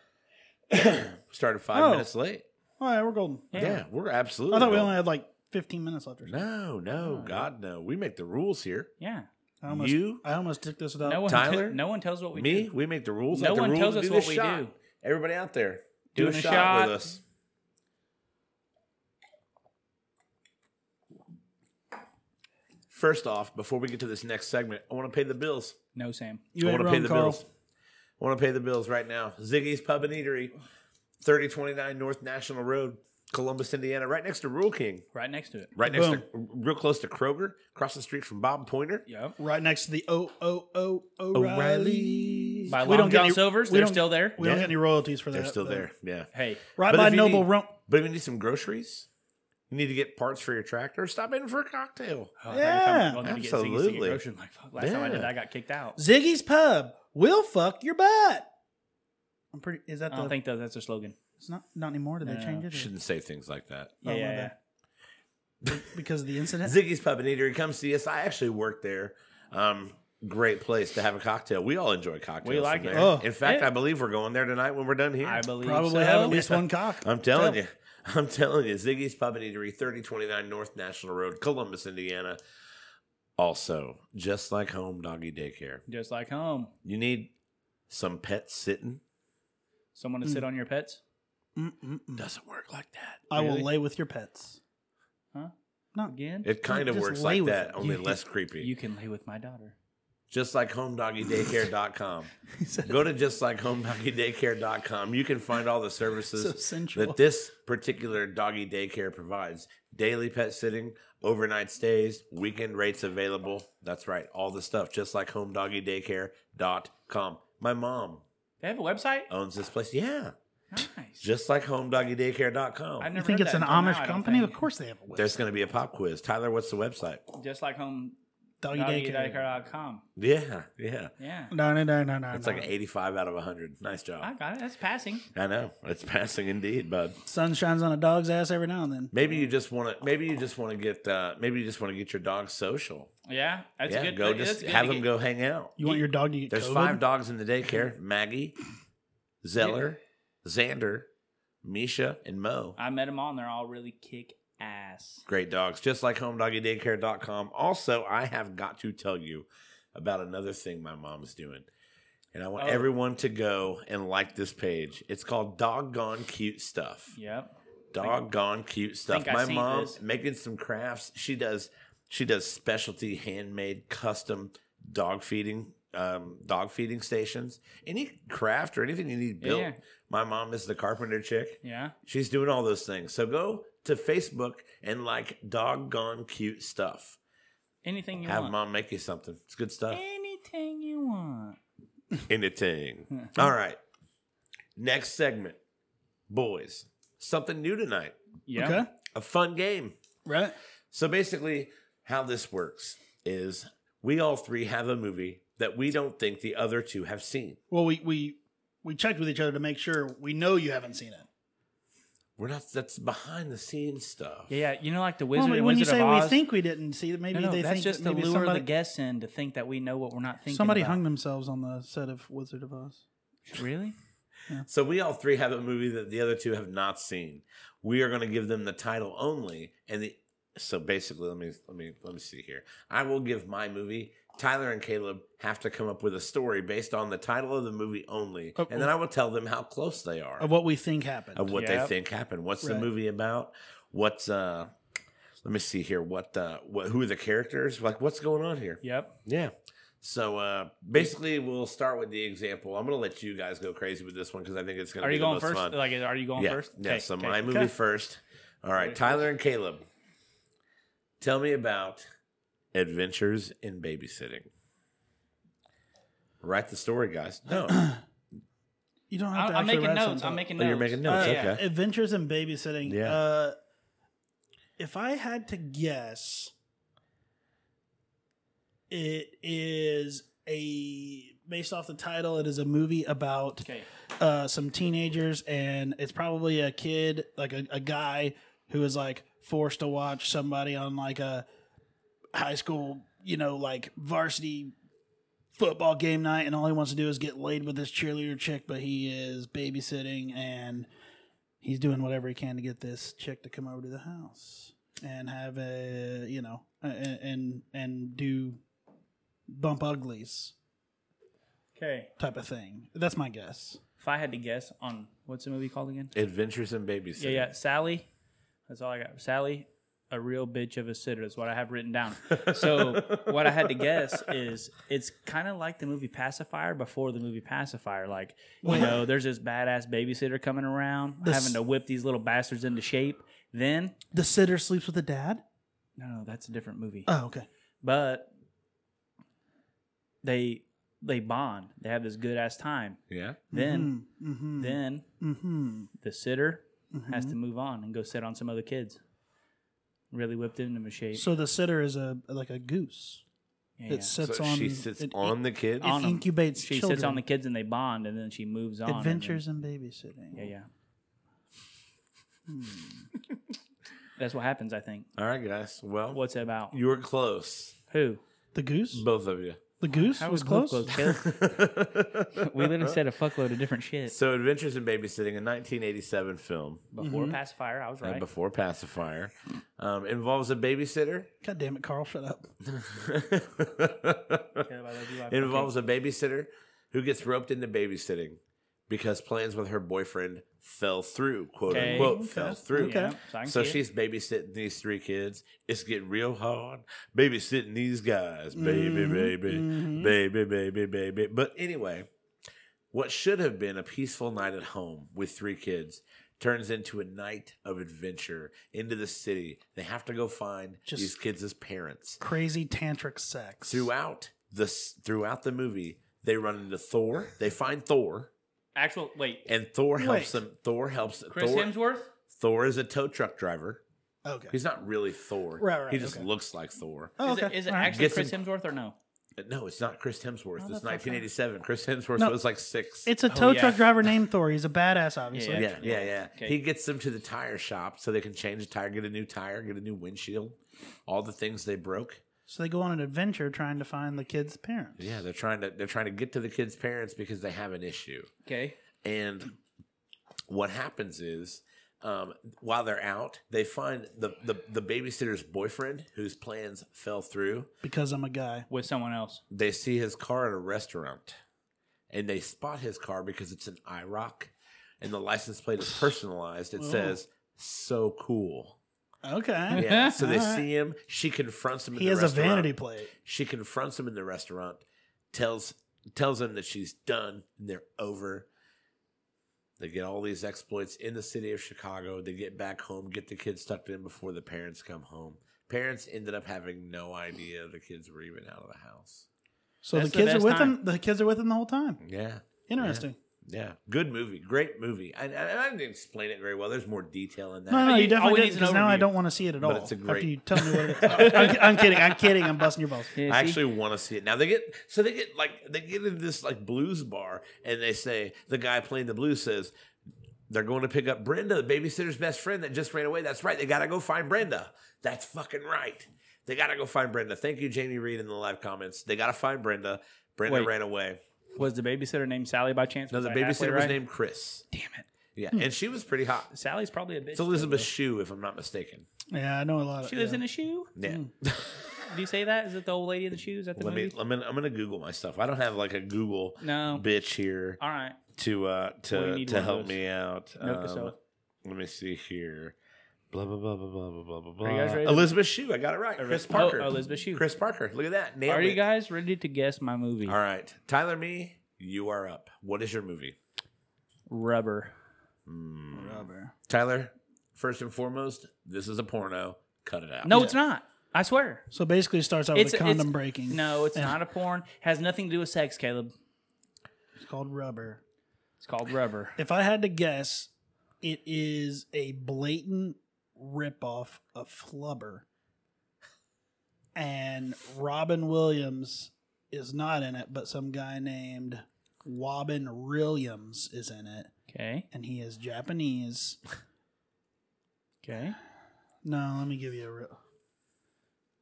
Started five Oh. minutes late. All right, we're golden. Yeah, we're absolutely. I thought we going. only Oh, had like 15 minutes left or something. No, no, God, no. We make the rules here. Yeah. I almost, You? I almost took this without. No one. Tyler? no one tells what we Me, do. we make the rules. No Let the one rules tells do us the what we shot. do. Everybody out there, do Doing a a shot, shot. with us. First off, before we get to this next segment, I want to pay the bills. No, Sam. you I want ain't to wrong, pay the Carl. bills. I want to pay the bills right now. Ziggy's Pub and Eatery, thirty twenty nine North National Road, Columbus, Indiana, right next to Rule King, Right next to it. right next to, real close to Kroger, across the street from Bob Pointer. Yep. Right next to the O O O O'Reilly. By We Long don't get John any- Silver's, we they're don't- still there. We don't Yeah. get any royalties for that. They're still but- there. Yeah. Hey, Right But by if you Noble need- Rump. But if you need some groceries, you need to get parts for your tractor, stop in for a cocktail. Oh, I thought you were talking about Yeah, going to get Ziggy's to get absolutely. groceries. I'm like, fuck, Last time I did, Yeah. that, I got kicked out. Ziggy's Pub will fuck your butt. I'm pretty. Is that I the? don't think that, that's their slogan. it's not not anymore. Did No, they no, change it? Shouldn't say things like that. Yeah, my yeah, bad. yeah. because of the incident. Ziggy's Puppet Eater. He comes to see us. I actually worked there. Um, great place to have a cocktail. We all enjoy cocktails. We like from it. there. Oh. In fact, Yeah. I believe we're going there tonight when we're done here. I believe Probably so. have at least one cock. I'm telling you. I'm telling you, Ziggy's Puppet Eatery, 3029 North National Road, Columbus, Indiana. Also, just like home doggy daycare, just like home. you need some pet sitting. Someone to sit Hmm. on your pets. Mm-mm-mm. Doesn't work like that. I will Really? lay with your pets. Huh? Not Again, It kind of Just works lay like with that, it. only You- less creepy. you can lay with my daughter. just like homedoggydaycare.com. Go to just like homedoggydaycare.com. You can find all the So services sensual. that this particular doggy daycare provides daily pet sitting, overnight stays, weekend rates available. That's right, all the stuff. Just like homedoggydaycare.com. My mom They have a website. owns this place. Yeah, Nice. just like homedoggydaycare.com. I've you never think heard it's that an until now, I Amish don't company? think. Of course they have a website. There's going to be a pop quiz. Tyler, what's the website? Just like home. Doggy Oh, daycare. DoggyDaycare.com. Yeah, yeah. Yeah. No, no, no, no, no. It's no. like an 85 out of 100. Nice job. I got it. That's passing. I know it's passing indeed, bud. sun shines on a dog's ass every now and then. Maybe you just want to. Maybe you just want to get. Uh, maybe you just want to get your dog social. Yeah. That's yeah, a good go that's just good have to them get- go hang out. You want your dog to get There's COVID? five dogs in the daycare: Maggie, Zeller, Xander, Misha, and Mo. I met them all and they're all really kick ass. Great dogs, just like homedoggydaycare.com. Also, I have got to tell you about another thing my mom's doing. And I want Oh. everyone to go and like this page. It's called Doggone Cute Stuff. Yep. doggone cute stuff. think I My seen mom this. making some crafts. She does she does specialty handmade custom dog feeding um, dog feeding stations. Any craft or anything you need built. Yeah. My mom is the carpenter chick. Yeah. She's doing all those things. So go to Facebook and like doggone cute stuff. Anything you Have uh, want. mom make you something. It's good stuff. Eh. Anything you want. Anything. all right. Next segment. Boys. Something new tonight. Yeah. Okay. A fun game. Right. So basically, how this works is we all three have a movie that we don't think the other two have seen. Well, we we we checked with each other to make sure we know you haven't seen it. We're not. That's behind the scenes stuff. Yeah, yeah. You know, like the Wizard well, and when you Wizard say of Oz. we think we didn't see it, maybe no, no, they that's think just that to maybe lure somebody, the guests in to think that we know what we're not thinking. somebody about. hung themselves on the set of Wizard of Oz. Really? So we all three have a movie that the other two have not seen. We are going to give them the title only, and the so basically, let me let me let me see here. I will give my movie. Tyler and Caleb have to come up with a story based on the title of the movie only, Oh, Of- and then I will tell them how close they are. Of what we think happened. of what Yep. they think happened. What's the Right. movie about? What's uh let me see here. What uh what who are the characters? Like what's going on here? Yep. Yeah. So uh basically we'll start with the example. I'm gonna let you guys go crazy with this one because I think it's gonna Are be you the going most first? fun. Like, are you going yeah. first? Yeah, Okay, so okay, my okay. movie first. All right, Tyler and Caleb. Tell me about Adventures in Babysitting. Write the story, guys. No. you don't have I'm, I'm to actually making write notes. something. I'm making Oh, notes. you're making notes. Uh, okay. Adventures in Babysitting. Yeah. Uh, if I had to guess, it is a based off the title. It is a movie about Okay. uh, some teenagers, and it's probably a kid, like a, a guy who is like forced to watch somebody on like a high school, you know, like varsity football game night, and all he wants to do is get laid with this cheerleader chick, but he is babysitting and he's doing whatever he can to get this chick to come over to the house and have a, you know, a- a- and and do bump uglies Okay. type of thing. That's my guess. If I had to guess on what's the movie called again? Adventures in Babysitting. Yeah, yeah. Sally. That's all I got. Sally, a real bitch of a sitter is what I have written down. So what I had to guess is it's kind of like the movie Pacifier before the movie Pacifier. Like you know, there's this badass babysitter coming around, The having s- to whip these little bastards into shape. Then The sitter sleeps with the dad. no, no, that's a different movie. Oh, okay. But they they bond. They have this good ass time. Yeah. Then Mm-hmm. then Mm-hmm. the sitter has to move on and go sit on some other kids. Really whipped into my shape. So the sitter is a like a goose. Yeah, yeah. It sits so on. she sits it, on the kid. It, on 'em. incubates she children. sits on the kids and they bond, and then she moves on. and adventures in babysitting. Then, yeah, yeah. That's what happens, I think. All right, guys. Well, What's it about? you were close, Who? The goose? both of you. The goose How was we close? both Caleb? we literally said a fuckload of different shit. So, Adventures in Babysitting, a 1987 film Before Mm-hmm. Pacifier, I was uh, right. before Pacifier, um, involves a babysitter. God damn it, Carl, shut up. Caleb, I love you. I It fucking- involves a babysitter who gets roped into babysitting because plans with her boyfriend fell through, quote Okay. unquote, Okay. fell through. Yeah, so I can So see it. she's babysitting these three kids. It's getting real hard babysitting these guys, baby, Mm-hmm, baby, baby, baby, baby. But anyway, what should have been a peaceful night at home with three kids turns into a night of adventure into the city. They have to go find Just- these kids' as parents Crazy tantric sex. throughout the throughout the movie. They run into Thor. They find Thor, actual wait. and Thor helps Wait. them. Thor helps Chris Thor. Hemsworth. Thor is a tow truck driver. Okay. He's not really Thor. Right, right, he just okay. looks like Thor. Oh, Is it, okay. is it All right. actually Gets Chris in- Hemsworth or no? But no, it's not Chris Hemsworth. Oh, it's that's 1987. Chris Hemsworth No. was like six. It's a tow Oh, yeah. truck driver named Thor. He's a badass, obviously. Yeah. yeah, yeah, yeah. Okay. He gets them to the tire shop so they can change a tire, get a new tire, get a new windshield, all the things they broke. So they go on an adventure trying to find the kid's parents. Yeah, they're trying to they're trying to get to the kids' parents because they have an issue. Okay. And what happens is, um, while they're out, they find the, the the babysitter's boyfriend whose plans fell through. Because I'm a guy. With someone else. They see his car at a restaurant, and they spot his car because it's an IROC, and the license plate is personalized. It says "so cool." Okay. Yeah. So they Alright. see him. She confronts him. In He the has a restaurant. vanity plate. She confronts him in the restaurant, tells tells him that she's done and they're over. They get all these exploits in the city of Chicago. They get back home, get the kids tucked in before the parents come home. Parents ended up having no idea the kids were even out of the house. So That's the the kids are best with time. him. The kids are with him the whole time. Yeah. Interesting. Yeah. Good movie. Great movie. I, I, I didn't explain it very well. There's more detail in that. No, no, I you need- all definitely we did need is an because now I overview. don't want to see it at all. it's a After great- you tell me what it is. I'm, I'm kidding. I'm kidding. I'm busting your balls. Yeah, I see? actually want to see it now. They get so they get like they get in this like blues bar, and they say the guy playing the blues says they're going to pick up Brenda, the babysitter's best friend that just ran away. That's right, they gotta go find Brenda. That's fucking right. They gotta go find Brenda. Thank you, Jamie Reed, in the live comments. They gotta find Brenda. Brenda Wait. ran away. was the babysitter named Sally by chance? No, Was the I halfway babysitter was right? named Chris. Damn it. Yeah, and she was pretty hot. Sally's probably a bitch. It's Elizabeth Shue, if I'm not mistaken. Yeah, I know a lot of. she lives yeah. in a shoe. Yeah. Do you say that? Is it the old lady in the shoes at the Let me. movie? I'm gonna, I'm gonna Google my stuff. I don't have like a Google No. bitch here. All right. to uh Well, to we need to one of help those. me out. Milk Um, us out. let me see here. Blah blah blah blah blah blah blah blah. Are you guys blah. ready to- Elizabeth Shue, I got it right. Chris Oh, Parker. Elizabeth Shue. Chris Parker. Look at that. Nailed Are it. you guys ready to guess my movie? All right, Tyler, me, you are up. What is your movie, Rubber. Rubber. Tyler? First and foremost, this is a porno. Cut it out. No, it's not. I swear. So basically, it starts out It's with a Oh, condom breaking. No, it's not a porn. Has nothing to do with sex, Caleb. It's called rubber. It's called Rubber. If I had to guess, it is a blatant ripoff of Flubber, and Robin Williams is not in it, but some guy named Robin Williams is in it, Okay. and he is Japanese. Okay. No, let me give you a real.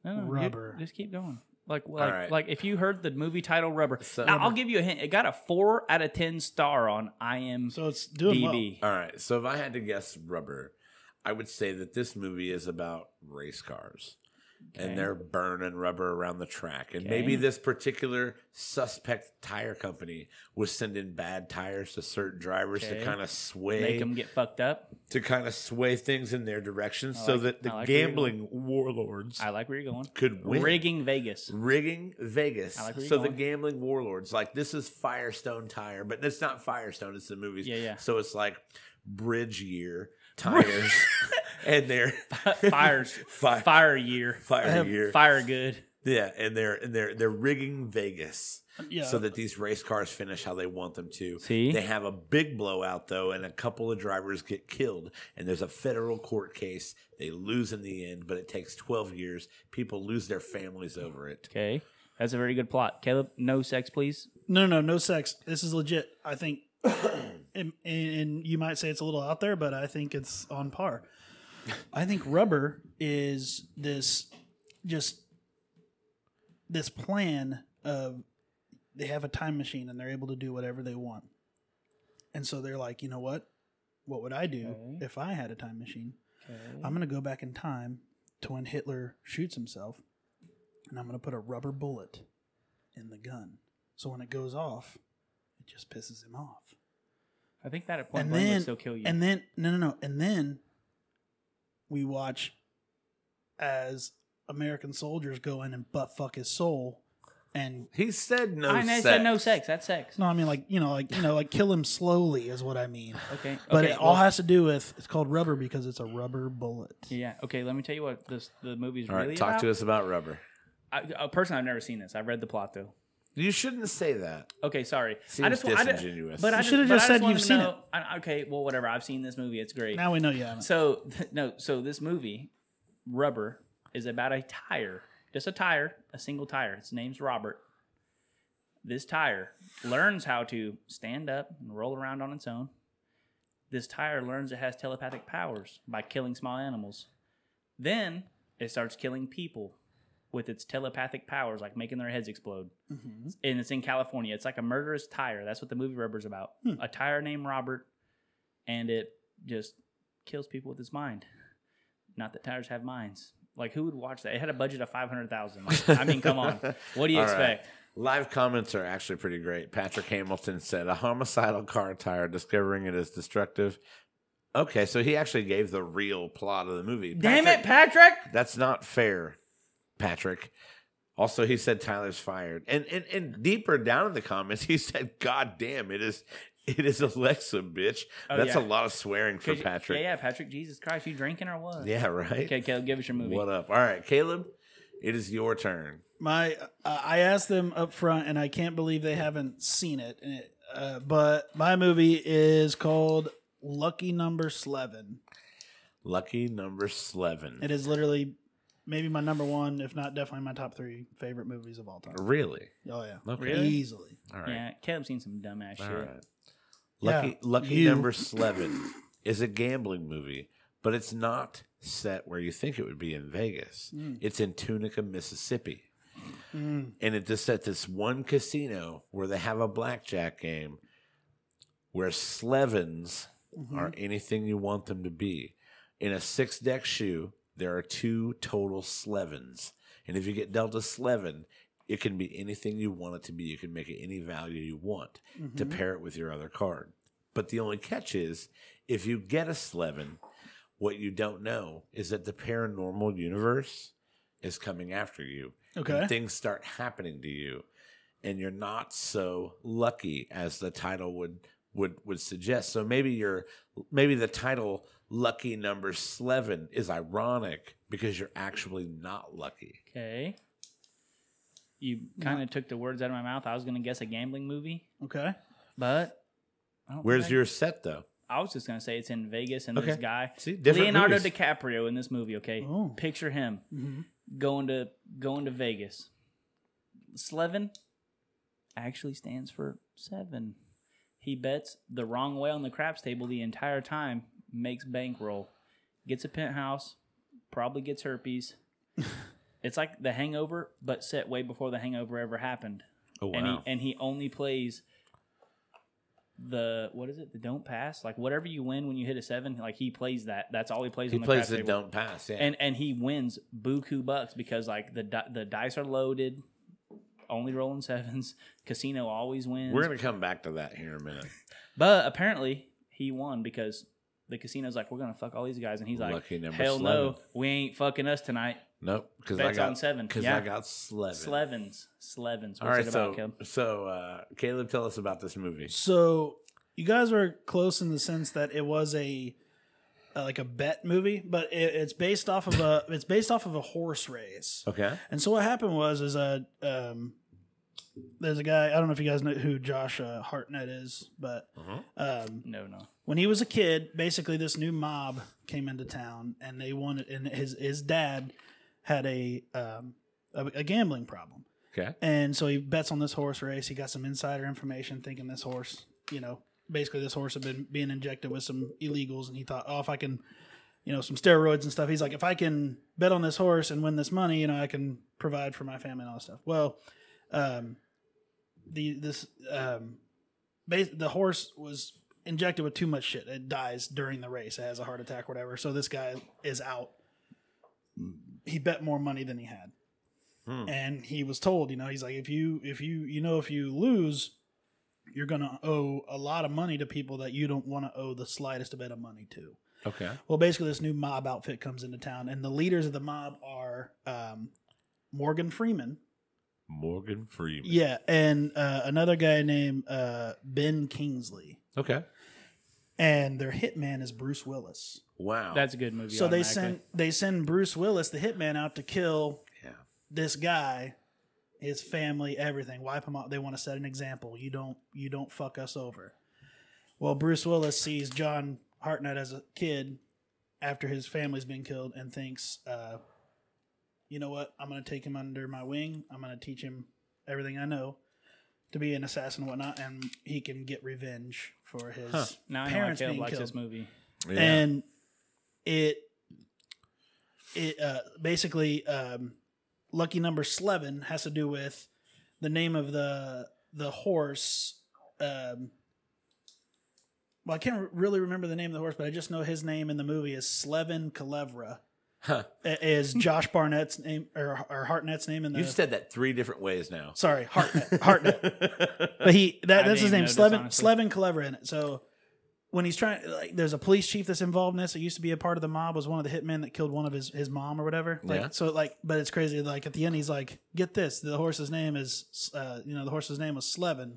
No, no, you- Rubber. just keep going. Like, like, right. like if you heard the movie title Rubber. So- now, I'll give you a hint. It got a four out of ten star on IMDb. So it's doing All right. So if I had to guess, rubber, I would say that this movie is about race cars. Okay. and they're burning rubber around the track. And Okay. maybe this particular suspect tire company was sending bad tires to certain drivers Okay. to kind of sway Make them get fucked up. to kind of sway things in their direction, so like- that the I like where you're gambling warlords I like where you're going. could win. Rigging Vegas. Rigging Vegas, I like where you're so the going. gambling warlords like this is Firestone Tire, but it's not Firestone; it's the movies. Yeah, yeah. So it's like Bridge Year tires, and they're Fires. Fire. Fire year. Fire year. Fire good. yeah, and they're and they're they're rigging Vegas. well. Yeah. so that these race cars finish how they want them to. See? They have a big blowout though, and a couple of drivers get killed. And there's a federal court case. They lose in the end, but it takes 12 years. People lose their families over it. Okay. That's a very good plot. Caleb, no sex, please. No, no, no sex. This is legit. I think, and, and you might say it's a little out there, but I think it's on par. I think rubber is this just this plan of they have a time machine and they're able to do whatever they want. And so they're like, you know what? What would I do Okay. if I had a time machine? Okay. I'm going to go back in time to when Hitler shoots himself, and I'm going to put a rubber bullet in the gun. So when it goes off, it just pisses him off. I think that at point and blank then, would still kill you. and then, no, no, no. And then we watch as American soldiers go in and butt fuck his soul. And He said no. I know, sex. said no sex. That's sex. no, I mean, like, you know, like, you know, like kill him slowly is what I mean. Okay. But okay, it all well- has to do with it's called rubber because it's a rubber bullet. Yeah. Okay. Let me tell you what this the movie's All right, really talk about. to us about rubber. I, a person I've never seen this. I've read the plot though. You shouldn't say that. Okay, sorry. Seems wa- I di- disingenuous. but I You just- should've but I just said wanted you've to seen know- I- okay, well, whatever. I've seen this movie. It's great. Now we know you haven't. so no, so this movie, Rubber, is about a tire, just a tire, a single tire. Its name's Robert. This tire learns how to stand up and roll around on its own. This tire learns it has telepathic powers by killing small animals. Then it starts killing people with its telepathic powers, like making their heads explode Mhm. and it's in California. It's like a murderous tire. That's what the movie Rubber's about. Hmm. A tire named Robert, and it just kills people with his mind. Not that tires have minds. Like who would watch that? It had a budget of five hundred thousand. Like, I mean, come on. What do you All right. expect? Live comments are actually pretty great. Patrick Hamilton said a homicidal car tire, discovering it is destructive. Okay, so he actually gave the real plot of the movie. Damn it, Patrick! That's not fair, Patrick. Also, he said Tyler's fired. And and and deeper down in the comments, he said, God damn, it is it is Alexa, bitch. Oh, That's yeah. a lot of swearing for Could you- Patrick. Yeah, yeah, Patrick. Jesus Christ, you drinking or what? Yeah, right. Okay, Caleb, give us your movie. What up? All right, Caleb, it is your turn. my uh, I asked them up front, and I can't believe they haven't seen it. And it uh, but my movie is called Lucky Number Eleven. Lucky number seven. It is literally maybe my number one, if not definitely my top three favorite movies of all time. Really? Oh yeah, Okay. Really? easily. All right. Yeah, Caleb's seen some dumbass All shit. right. Lucky Yeah, Lucky you. Number Eleven is a gambling movie, but it's not set where you think it would be in Vegas. It's in Tunica, Mississippi, Mm-hmm. and it just at this one casino where they have a blackjack game where Slevins Mm-hmm. are anything you want them to be. In a six deck shoe, there are two total Slevins. And if you get dealt a Slevin, it can be anything you want it to be. You can make it any value you want Mm-hmm. to Mm-hmm. pair it with your other card. But the only catch is if you get a Slevin, what you don't know is that the paranormal universe is coming after you. Okay. And things start happening to you. And you're not so lucky as the title would would would suggest. So maybe you're maybe the title lucky number Slevin is ironic because you're actually not lucky. Okay. You kind of took the words out of my mouth. I was gonna guess a gambling movie, Okay. but I don't think Where's I- your set though? I was just gonna say it's in Vegas and this Okay. guy See, different Leonardo movies. DiCaprio in this movie. Okay, Oh. picture him Mhm. going to going to Vegas. Slevin actually stands for seven. He bets the wrong way on the craps table the entire time, makes bankroll, gets a penthouse, probably gets herpes. it's like The Hangover, but set way before The Hangover ever happened Oh wow. and he and he only plays the what is it the don't pass like whatever you win when you hit a seven like he plays that that's all he plays He on the plays plays the table. don't pass. Yeah. and and he wins buku bucks because like the di- the dice are loaded only rolling sevens casino always wins We're gonna come back to that here in a minute. but apparently he won because the casino's like we're gonna fuck all these guys and he's like Lucky number hell no 11. we ain't fucking us tonight Nope, because I Bets got on seven. Because Yeah. I got Slevin. slevins slevins what's All right, it about so Kim? so uh, Caleb, tell us about this movie. So you guys were close in the sense that it was a uh, like a bet movie, but it, it's based off of a it's based off of a horse race. Okay, And so what happened was is a um, there's a guy I don't know if you guys know who Josh uh, Hartnett is, but Uh-huh. um, no no when he was a kid, basically this new mob came into town and they wanted and his his dad had a um, a, a gambling problem, okay, and so he bets on this horse race. He got some insider information, thinking this horse, you know, basically this horse had been being injected with some illegals, and he thought, oh, if I can you know, some steroids and stuff. He's like, if I can bet on this horse and win this money, you know, I can provide for my family and all this stuff. Well, um, the this um, bas the horse was injected with too much shit. It dies during the race. It has a heart attack, whatever. So this guy is out. He bet more money than he had, Hmm. and he was told, you know, he's like, if you if you you know if you lose, you're gonna owe a lot of money to people that you don't want to owe the slightest bit of money to. Okay. Well, basically, this new mob outfit comes into town, and the leaders of the mob are um, Morgan Freeman, Morgan Freeman. yeah, and uh, another guy named uh, Ben Kingsley, Okay. and their hitman is Bruce Willis. Wow. That's a good movie. so they automatically. send they send Bruce Willis, the hitman, out to kill yeah. this guy, his family, everything. Wipe him out. They want to set an example. You don't you don't fuck us over. Well, Bruce Willis sees John Hartnett as a kid after his family's been killed and thinks, uh, you know what? I'm going to take him under my wing. I'm going to teach him everything I know to be an assassin and whatnot, and he can get revenge for his Huh. Now I know why parents Caleb being likes killed this movie. Yeah. and it it uh, basically um, lucky number eleven has to do with the name of the the horse. Um, well, I can't re- really remember the name of the horse, but I just know his name in the movie is Slevin Kalevra. uh, Huh. I- Is Josh Barnett's name or, or Hartnett's name in the? You've said that three different ways now. sorry, Hartnett. Hartnett but he that, I that's his name didn't even slevin notice, slevin Kalevra in it so when he's trying like there's a police chief that's involved in this that used to be a part of the mob was one of the hitmen that killed one of his his mom or whatever like Yeah. so like but it's crazy like at the end he's like get this the horse's name is uh you know the horse's name was slevin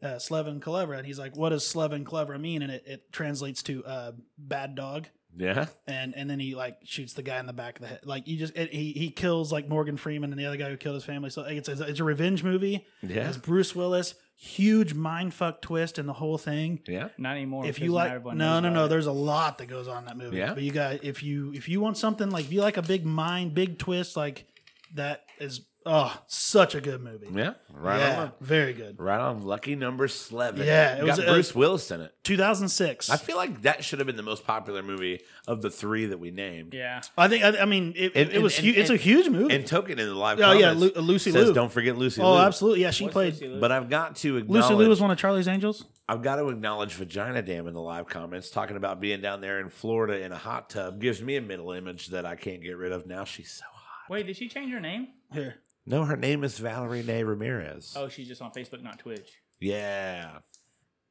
uh, Slevin Kalevra, and he's like, "What does Slevin Kalevra mean?" And it, it translates to uh, "bad dog." yeah. and and then he like shoots the guy in the back of the head. Like you just it, he he kills like Morgan Freeman and the other guy who killed his family. So like, it's a, it's a revenge movie. Yeah. it's Bruce Willis. Huge mindfuck twist in the whole thing. Yeah. Not anymore. If because you now like, everyone no, knows no, about no. it. There's a lot that goes on in that movie. Yeah. But you got if you if you want something like if you like a big mind, big twist like that is oh such a good movie. Yeah. Right Yeah, on. very good. Right on. Lucky number eleven. Yeah, it It was, Got uh, Bruce Willis in it. 2006. I feel like that should have been the most popular movie of the three that we named. Yeah. I think I, I mean it, And- it was and- hu- it's a and- huge movie. And Token in the live. oh yeah, Lu- comments Lucy says, Liu. Don't forget Lucy. oh, Liu." absolutely. Yeah, she What's played. Lucy Liu? But I've got to acknowledge. Lucy Liu was one of Charlie's Angels. I've got to acknowledge Vagina Dam in the live comments talking about being down there in Florida in a hot tub gives me a mental image that I can't get rid of. Now she's so hot. Wait, did she change her name? Here, No, her name is Valerie Nay Ramirez. Oh, she's just on Facebook, not Twitch. Yeah.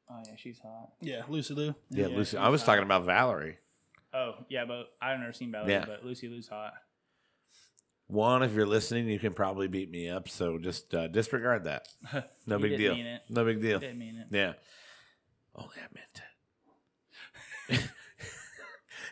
Oh yeah, she's hot. yeah, Lucy Lou. Yeah, yeah, Lucy. she's I was hot. talking about Valerie. Oh yeah, but I've never seen Valerie, Yeah. but Lucy Lou's hot. Juan, if you're listening, you can probably beat me up, so just uh, disregard that. No You big didn't deal. mean it. No big deal. Didn't mean it. Yeah. Only I meant it.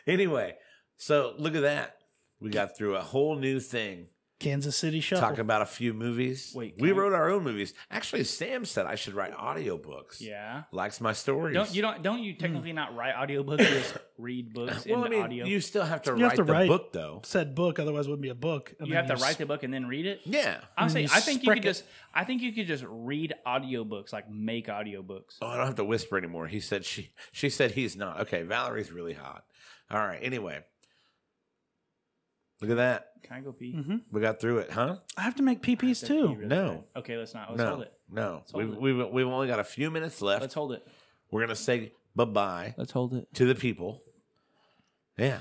anyway, so look at that. We got through a whole new thing. Kansas City Shuffle. Talk about a few movies. Wait, we can I- wrote our own movies. Actually, Sam said I should write audiobooks. Yeah. Likes my stories. Don't you don't don't you technically not write audiobooks, you just read books well, I into mean, audio. you still have to You write have to the write- book, though. Said book, otherwise it wouldn't be a book. And you then have to s- write the book and then read it. Yeah. I'm And saying you I think you sprick could it. just I think you could just read audiobooks, like make audiobooks. Oh, I don't have to whisper anymore. He said she. She said he's not. Okay, Valerie's really hot. All right. Anyway, look at that. Can I go pee? Mhm. We got through it, huh? I have to make PPs That's actually too. really No. bad. Okay, let's not. Let's no, hold Oh, it. no. hold We've, it. we've we've only got a few minutes left. Let's hold it. We're gonna say bye bye Let's hold it. to the people. Yeah,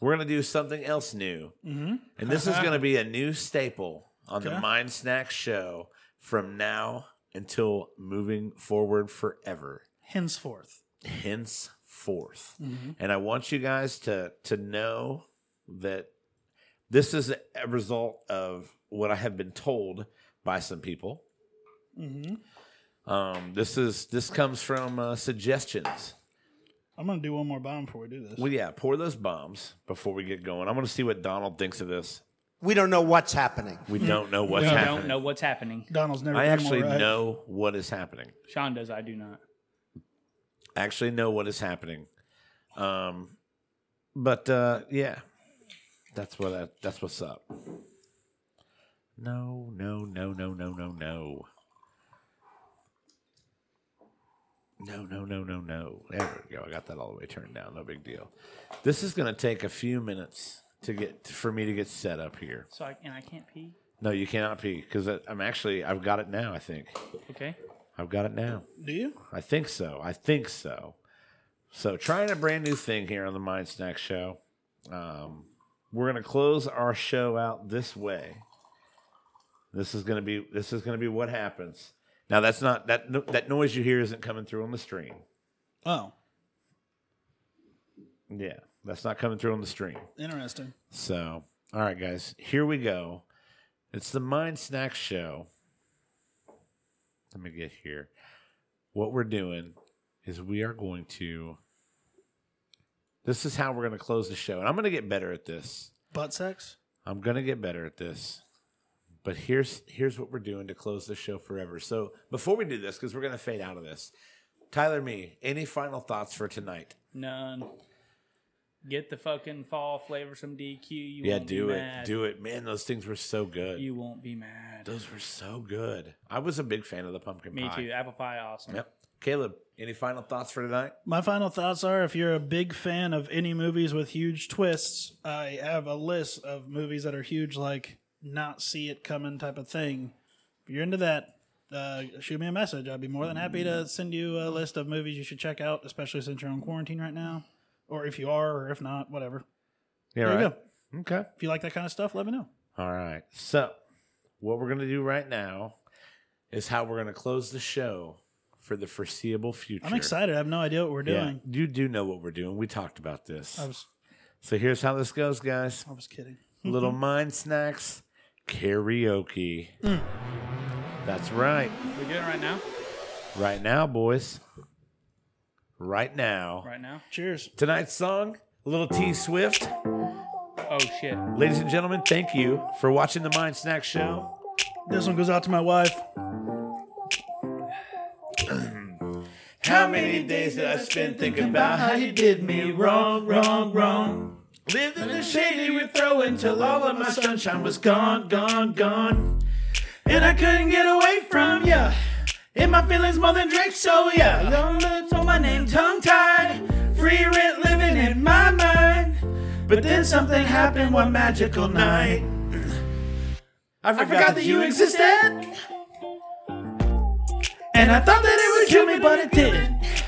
we're gonna do something else new, Mm-hmm. and this is gonna be a new staple on the Okay. Mind Snack Show from now until moving forward forever, Henceforth. henceforth. Mm-hmm. and I want you guys to to know that this is a result of what I have been told by some people. Mm-hmm. Um, this is this comes from uh, suggestions. I'm gonna do one more bomb before we do this. Well, yeah, pour those bombs before we get going. I want to see what Donald thinks of this. We don't know what's happening. We don't know what's We happening. don't know what's happening. Donald's never. I been actually more right. know what is happening. Sean does. I do not. I actually know what is happening. Um, but uh, yeah, that's what I, that's what's up. No, no, no, no, no, no, no. No, no, no, no, no. There we go. I got that all the way turned down. No big deal. This is going to take a few minutes to get for me to get set up here. So I and I can't pee. No, you cannot pee because I'm actually I've got it now. I think Okay. I've got it now. Do you? I think so. I think so. So trying a brand new thing here on the Mind Snack Show. Um, we're gonna close our show out this way. This is gonna be this is gonna be what happens. Now that's not that no, that noise you hear isn't coming through on the stream. Oh, Yeah, that's not coming through on the stream. interesting. So all right, guys, here we go. It's the Mind Snack Show. Let me get here. What we're doing is we are going to. This is how we're going to close the show, and I'm going to get better at this. Butt sex? I'm gonna get better at this. But here's here's what we're doing to close the show forever. So before we do this, because we're gonna fade out of this, Tyler, me, any final thoughts for tonight? None. Get the fucking fall flavors from DQ. You yeah, won't be do it, mad. do it, man. Those things were so good. You won't be mad. those were so good. I was a big fan of the pumpkin Me pie. too. Apple pie, awesome. Yep. Caleb, any final thoughts for tonight? My final thoughts are if you're a big fan of any movies with huge twists, I have a list of movies that are huge, like not see it coming type of thing. If you're into that, uh, shoot me a message. I'd be more than happy to Mm-hmm. send you a list of movies you should check out, especially since you're on quarantine right now. Or if you are, or if not, whatever. Yeah, There you Okay. If you like that kind of stuff, let me know. All right. So, what we're going to do right now is how we're going to close the show for the foreseeable future. I'm excited. I have no idea what we're Yeah, doing. you do know what we're doing. We talked about this. I was So here's how this goes, guys. I was kidding. Little mind snacks, karaoke. Mm. That's right. We doing it right now? Right now, boys. Right now. Right now? Cheers. Tonight's song, Little T Swift. Oh shit. Ladies and gentlemen, thank you for watching the Mind Snack Show. This one goes out to my wife. How many days did I spend thinking about how you did me wrong, wrong, wrong? Lived in the shade you were throwing till all of my sunshine was gone, gone, gone. And I couldn't get away from ya. In my feelings more than drink, so yeah. Long lips on my name, tongue tied. Free rent living in my mind. But then something happened one magical night. I forgot, that you existed. And I thought that it would kill me, but it didn't.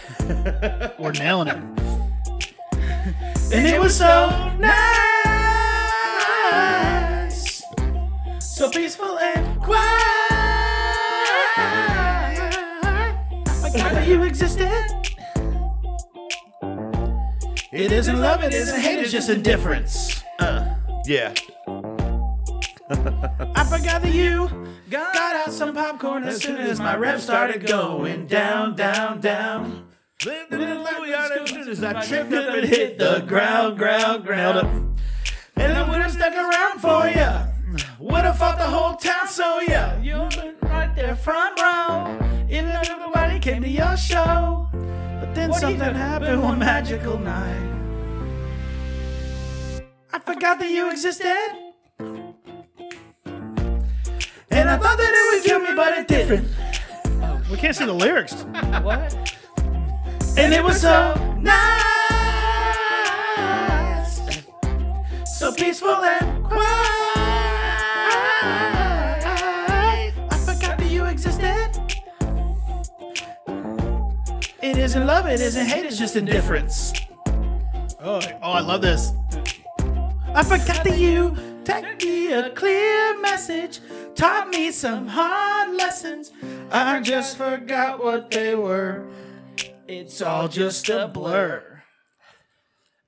We're nailing it. And it was so nice. So peaceful and quiet. I forgot that you existed. It isn't love, it isn't hate, it's just indifference. Uh, yeah. I forgot that you got out some popcorn as soon as my rep started going down, down, down. Lived in a little yard as soon as I tripped up and hit the ground, ground, ground. And I would have stuck around for ya. Would have fought the whole town, so yeah. You've been right there front row. Even though nobody came to your show. But then something happened one magical night. I forgot that you existed. And I thought that it would kill me, but it didn't. We can't see the lyrics. What? And it was so nice, so peaceful and quiet. I forgot that you existed. It isn't love, it isn't hate, it's just indifference. Oh, oh, I love this. I forgot that you taught me a clear message, taught me some hard lessons. I just forgot what they were. It's all just a blur.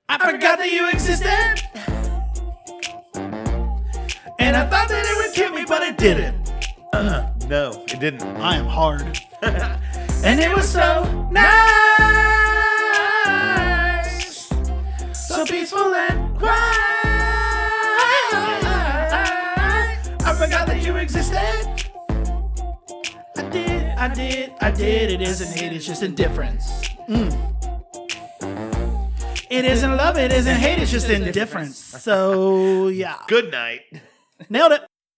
I forgot that you existed. And I thought that it would kill me, but it didn't. Uh, no, it didn't. I am hard. And it was so nice, so peaceful and quiet. I forgot that you existed. I did, I did, I did. It isn't hate, it's just indifference. Mm. It isn't love, it isn't hate, it's just indifference. So, yeah. Good night. Nailed it.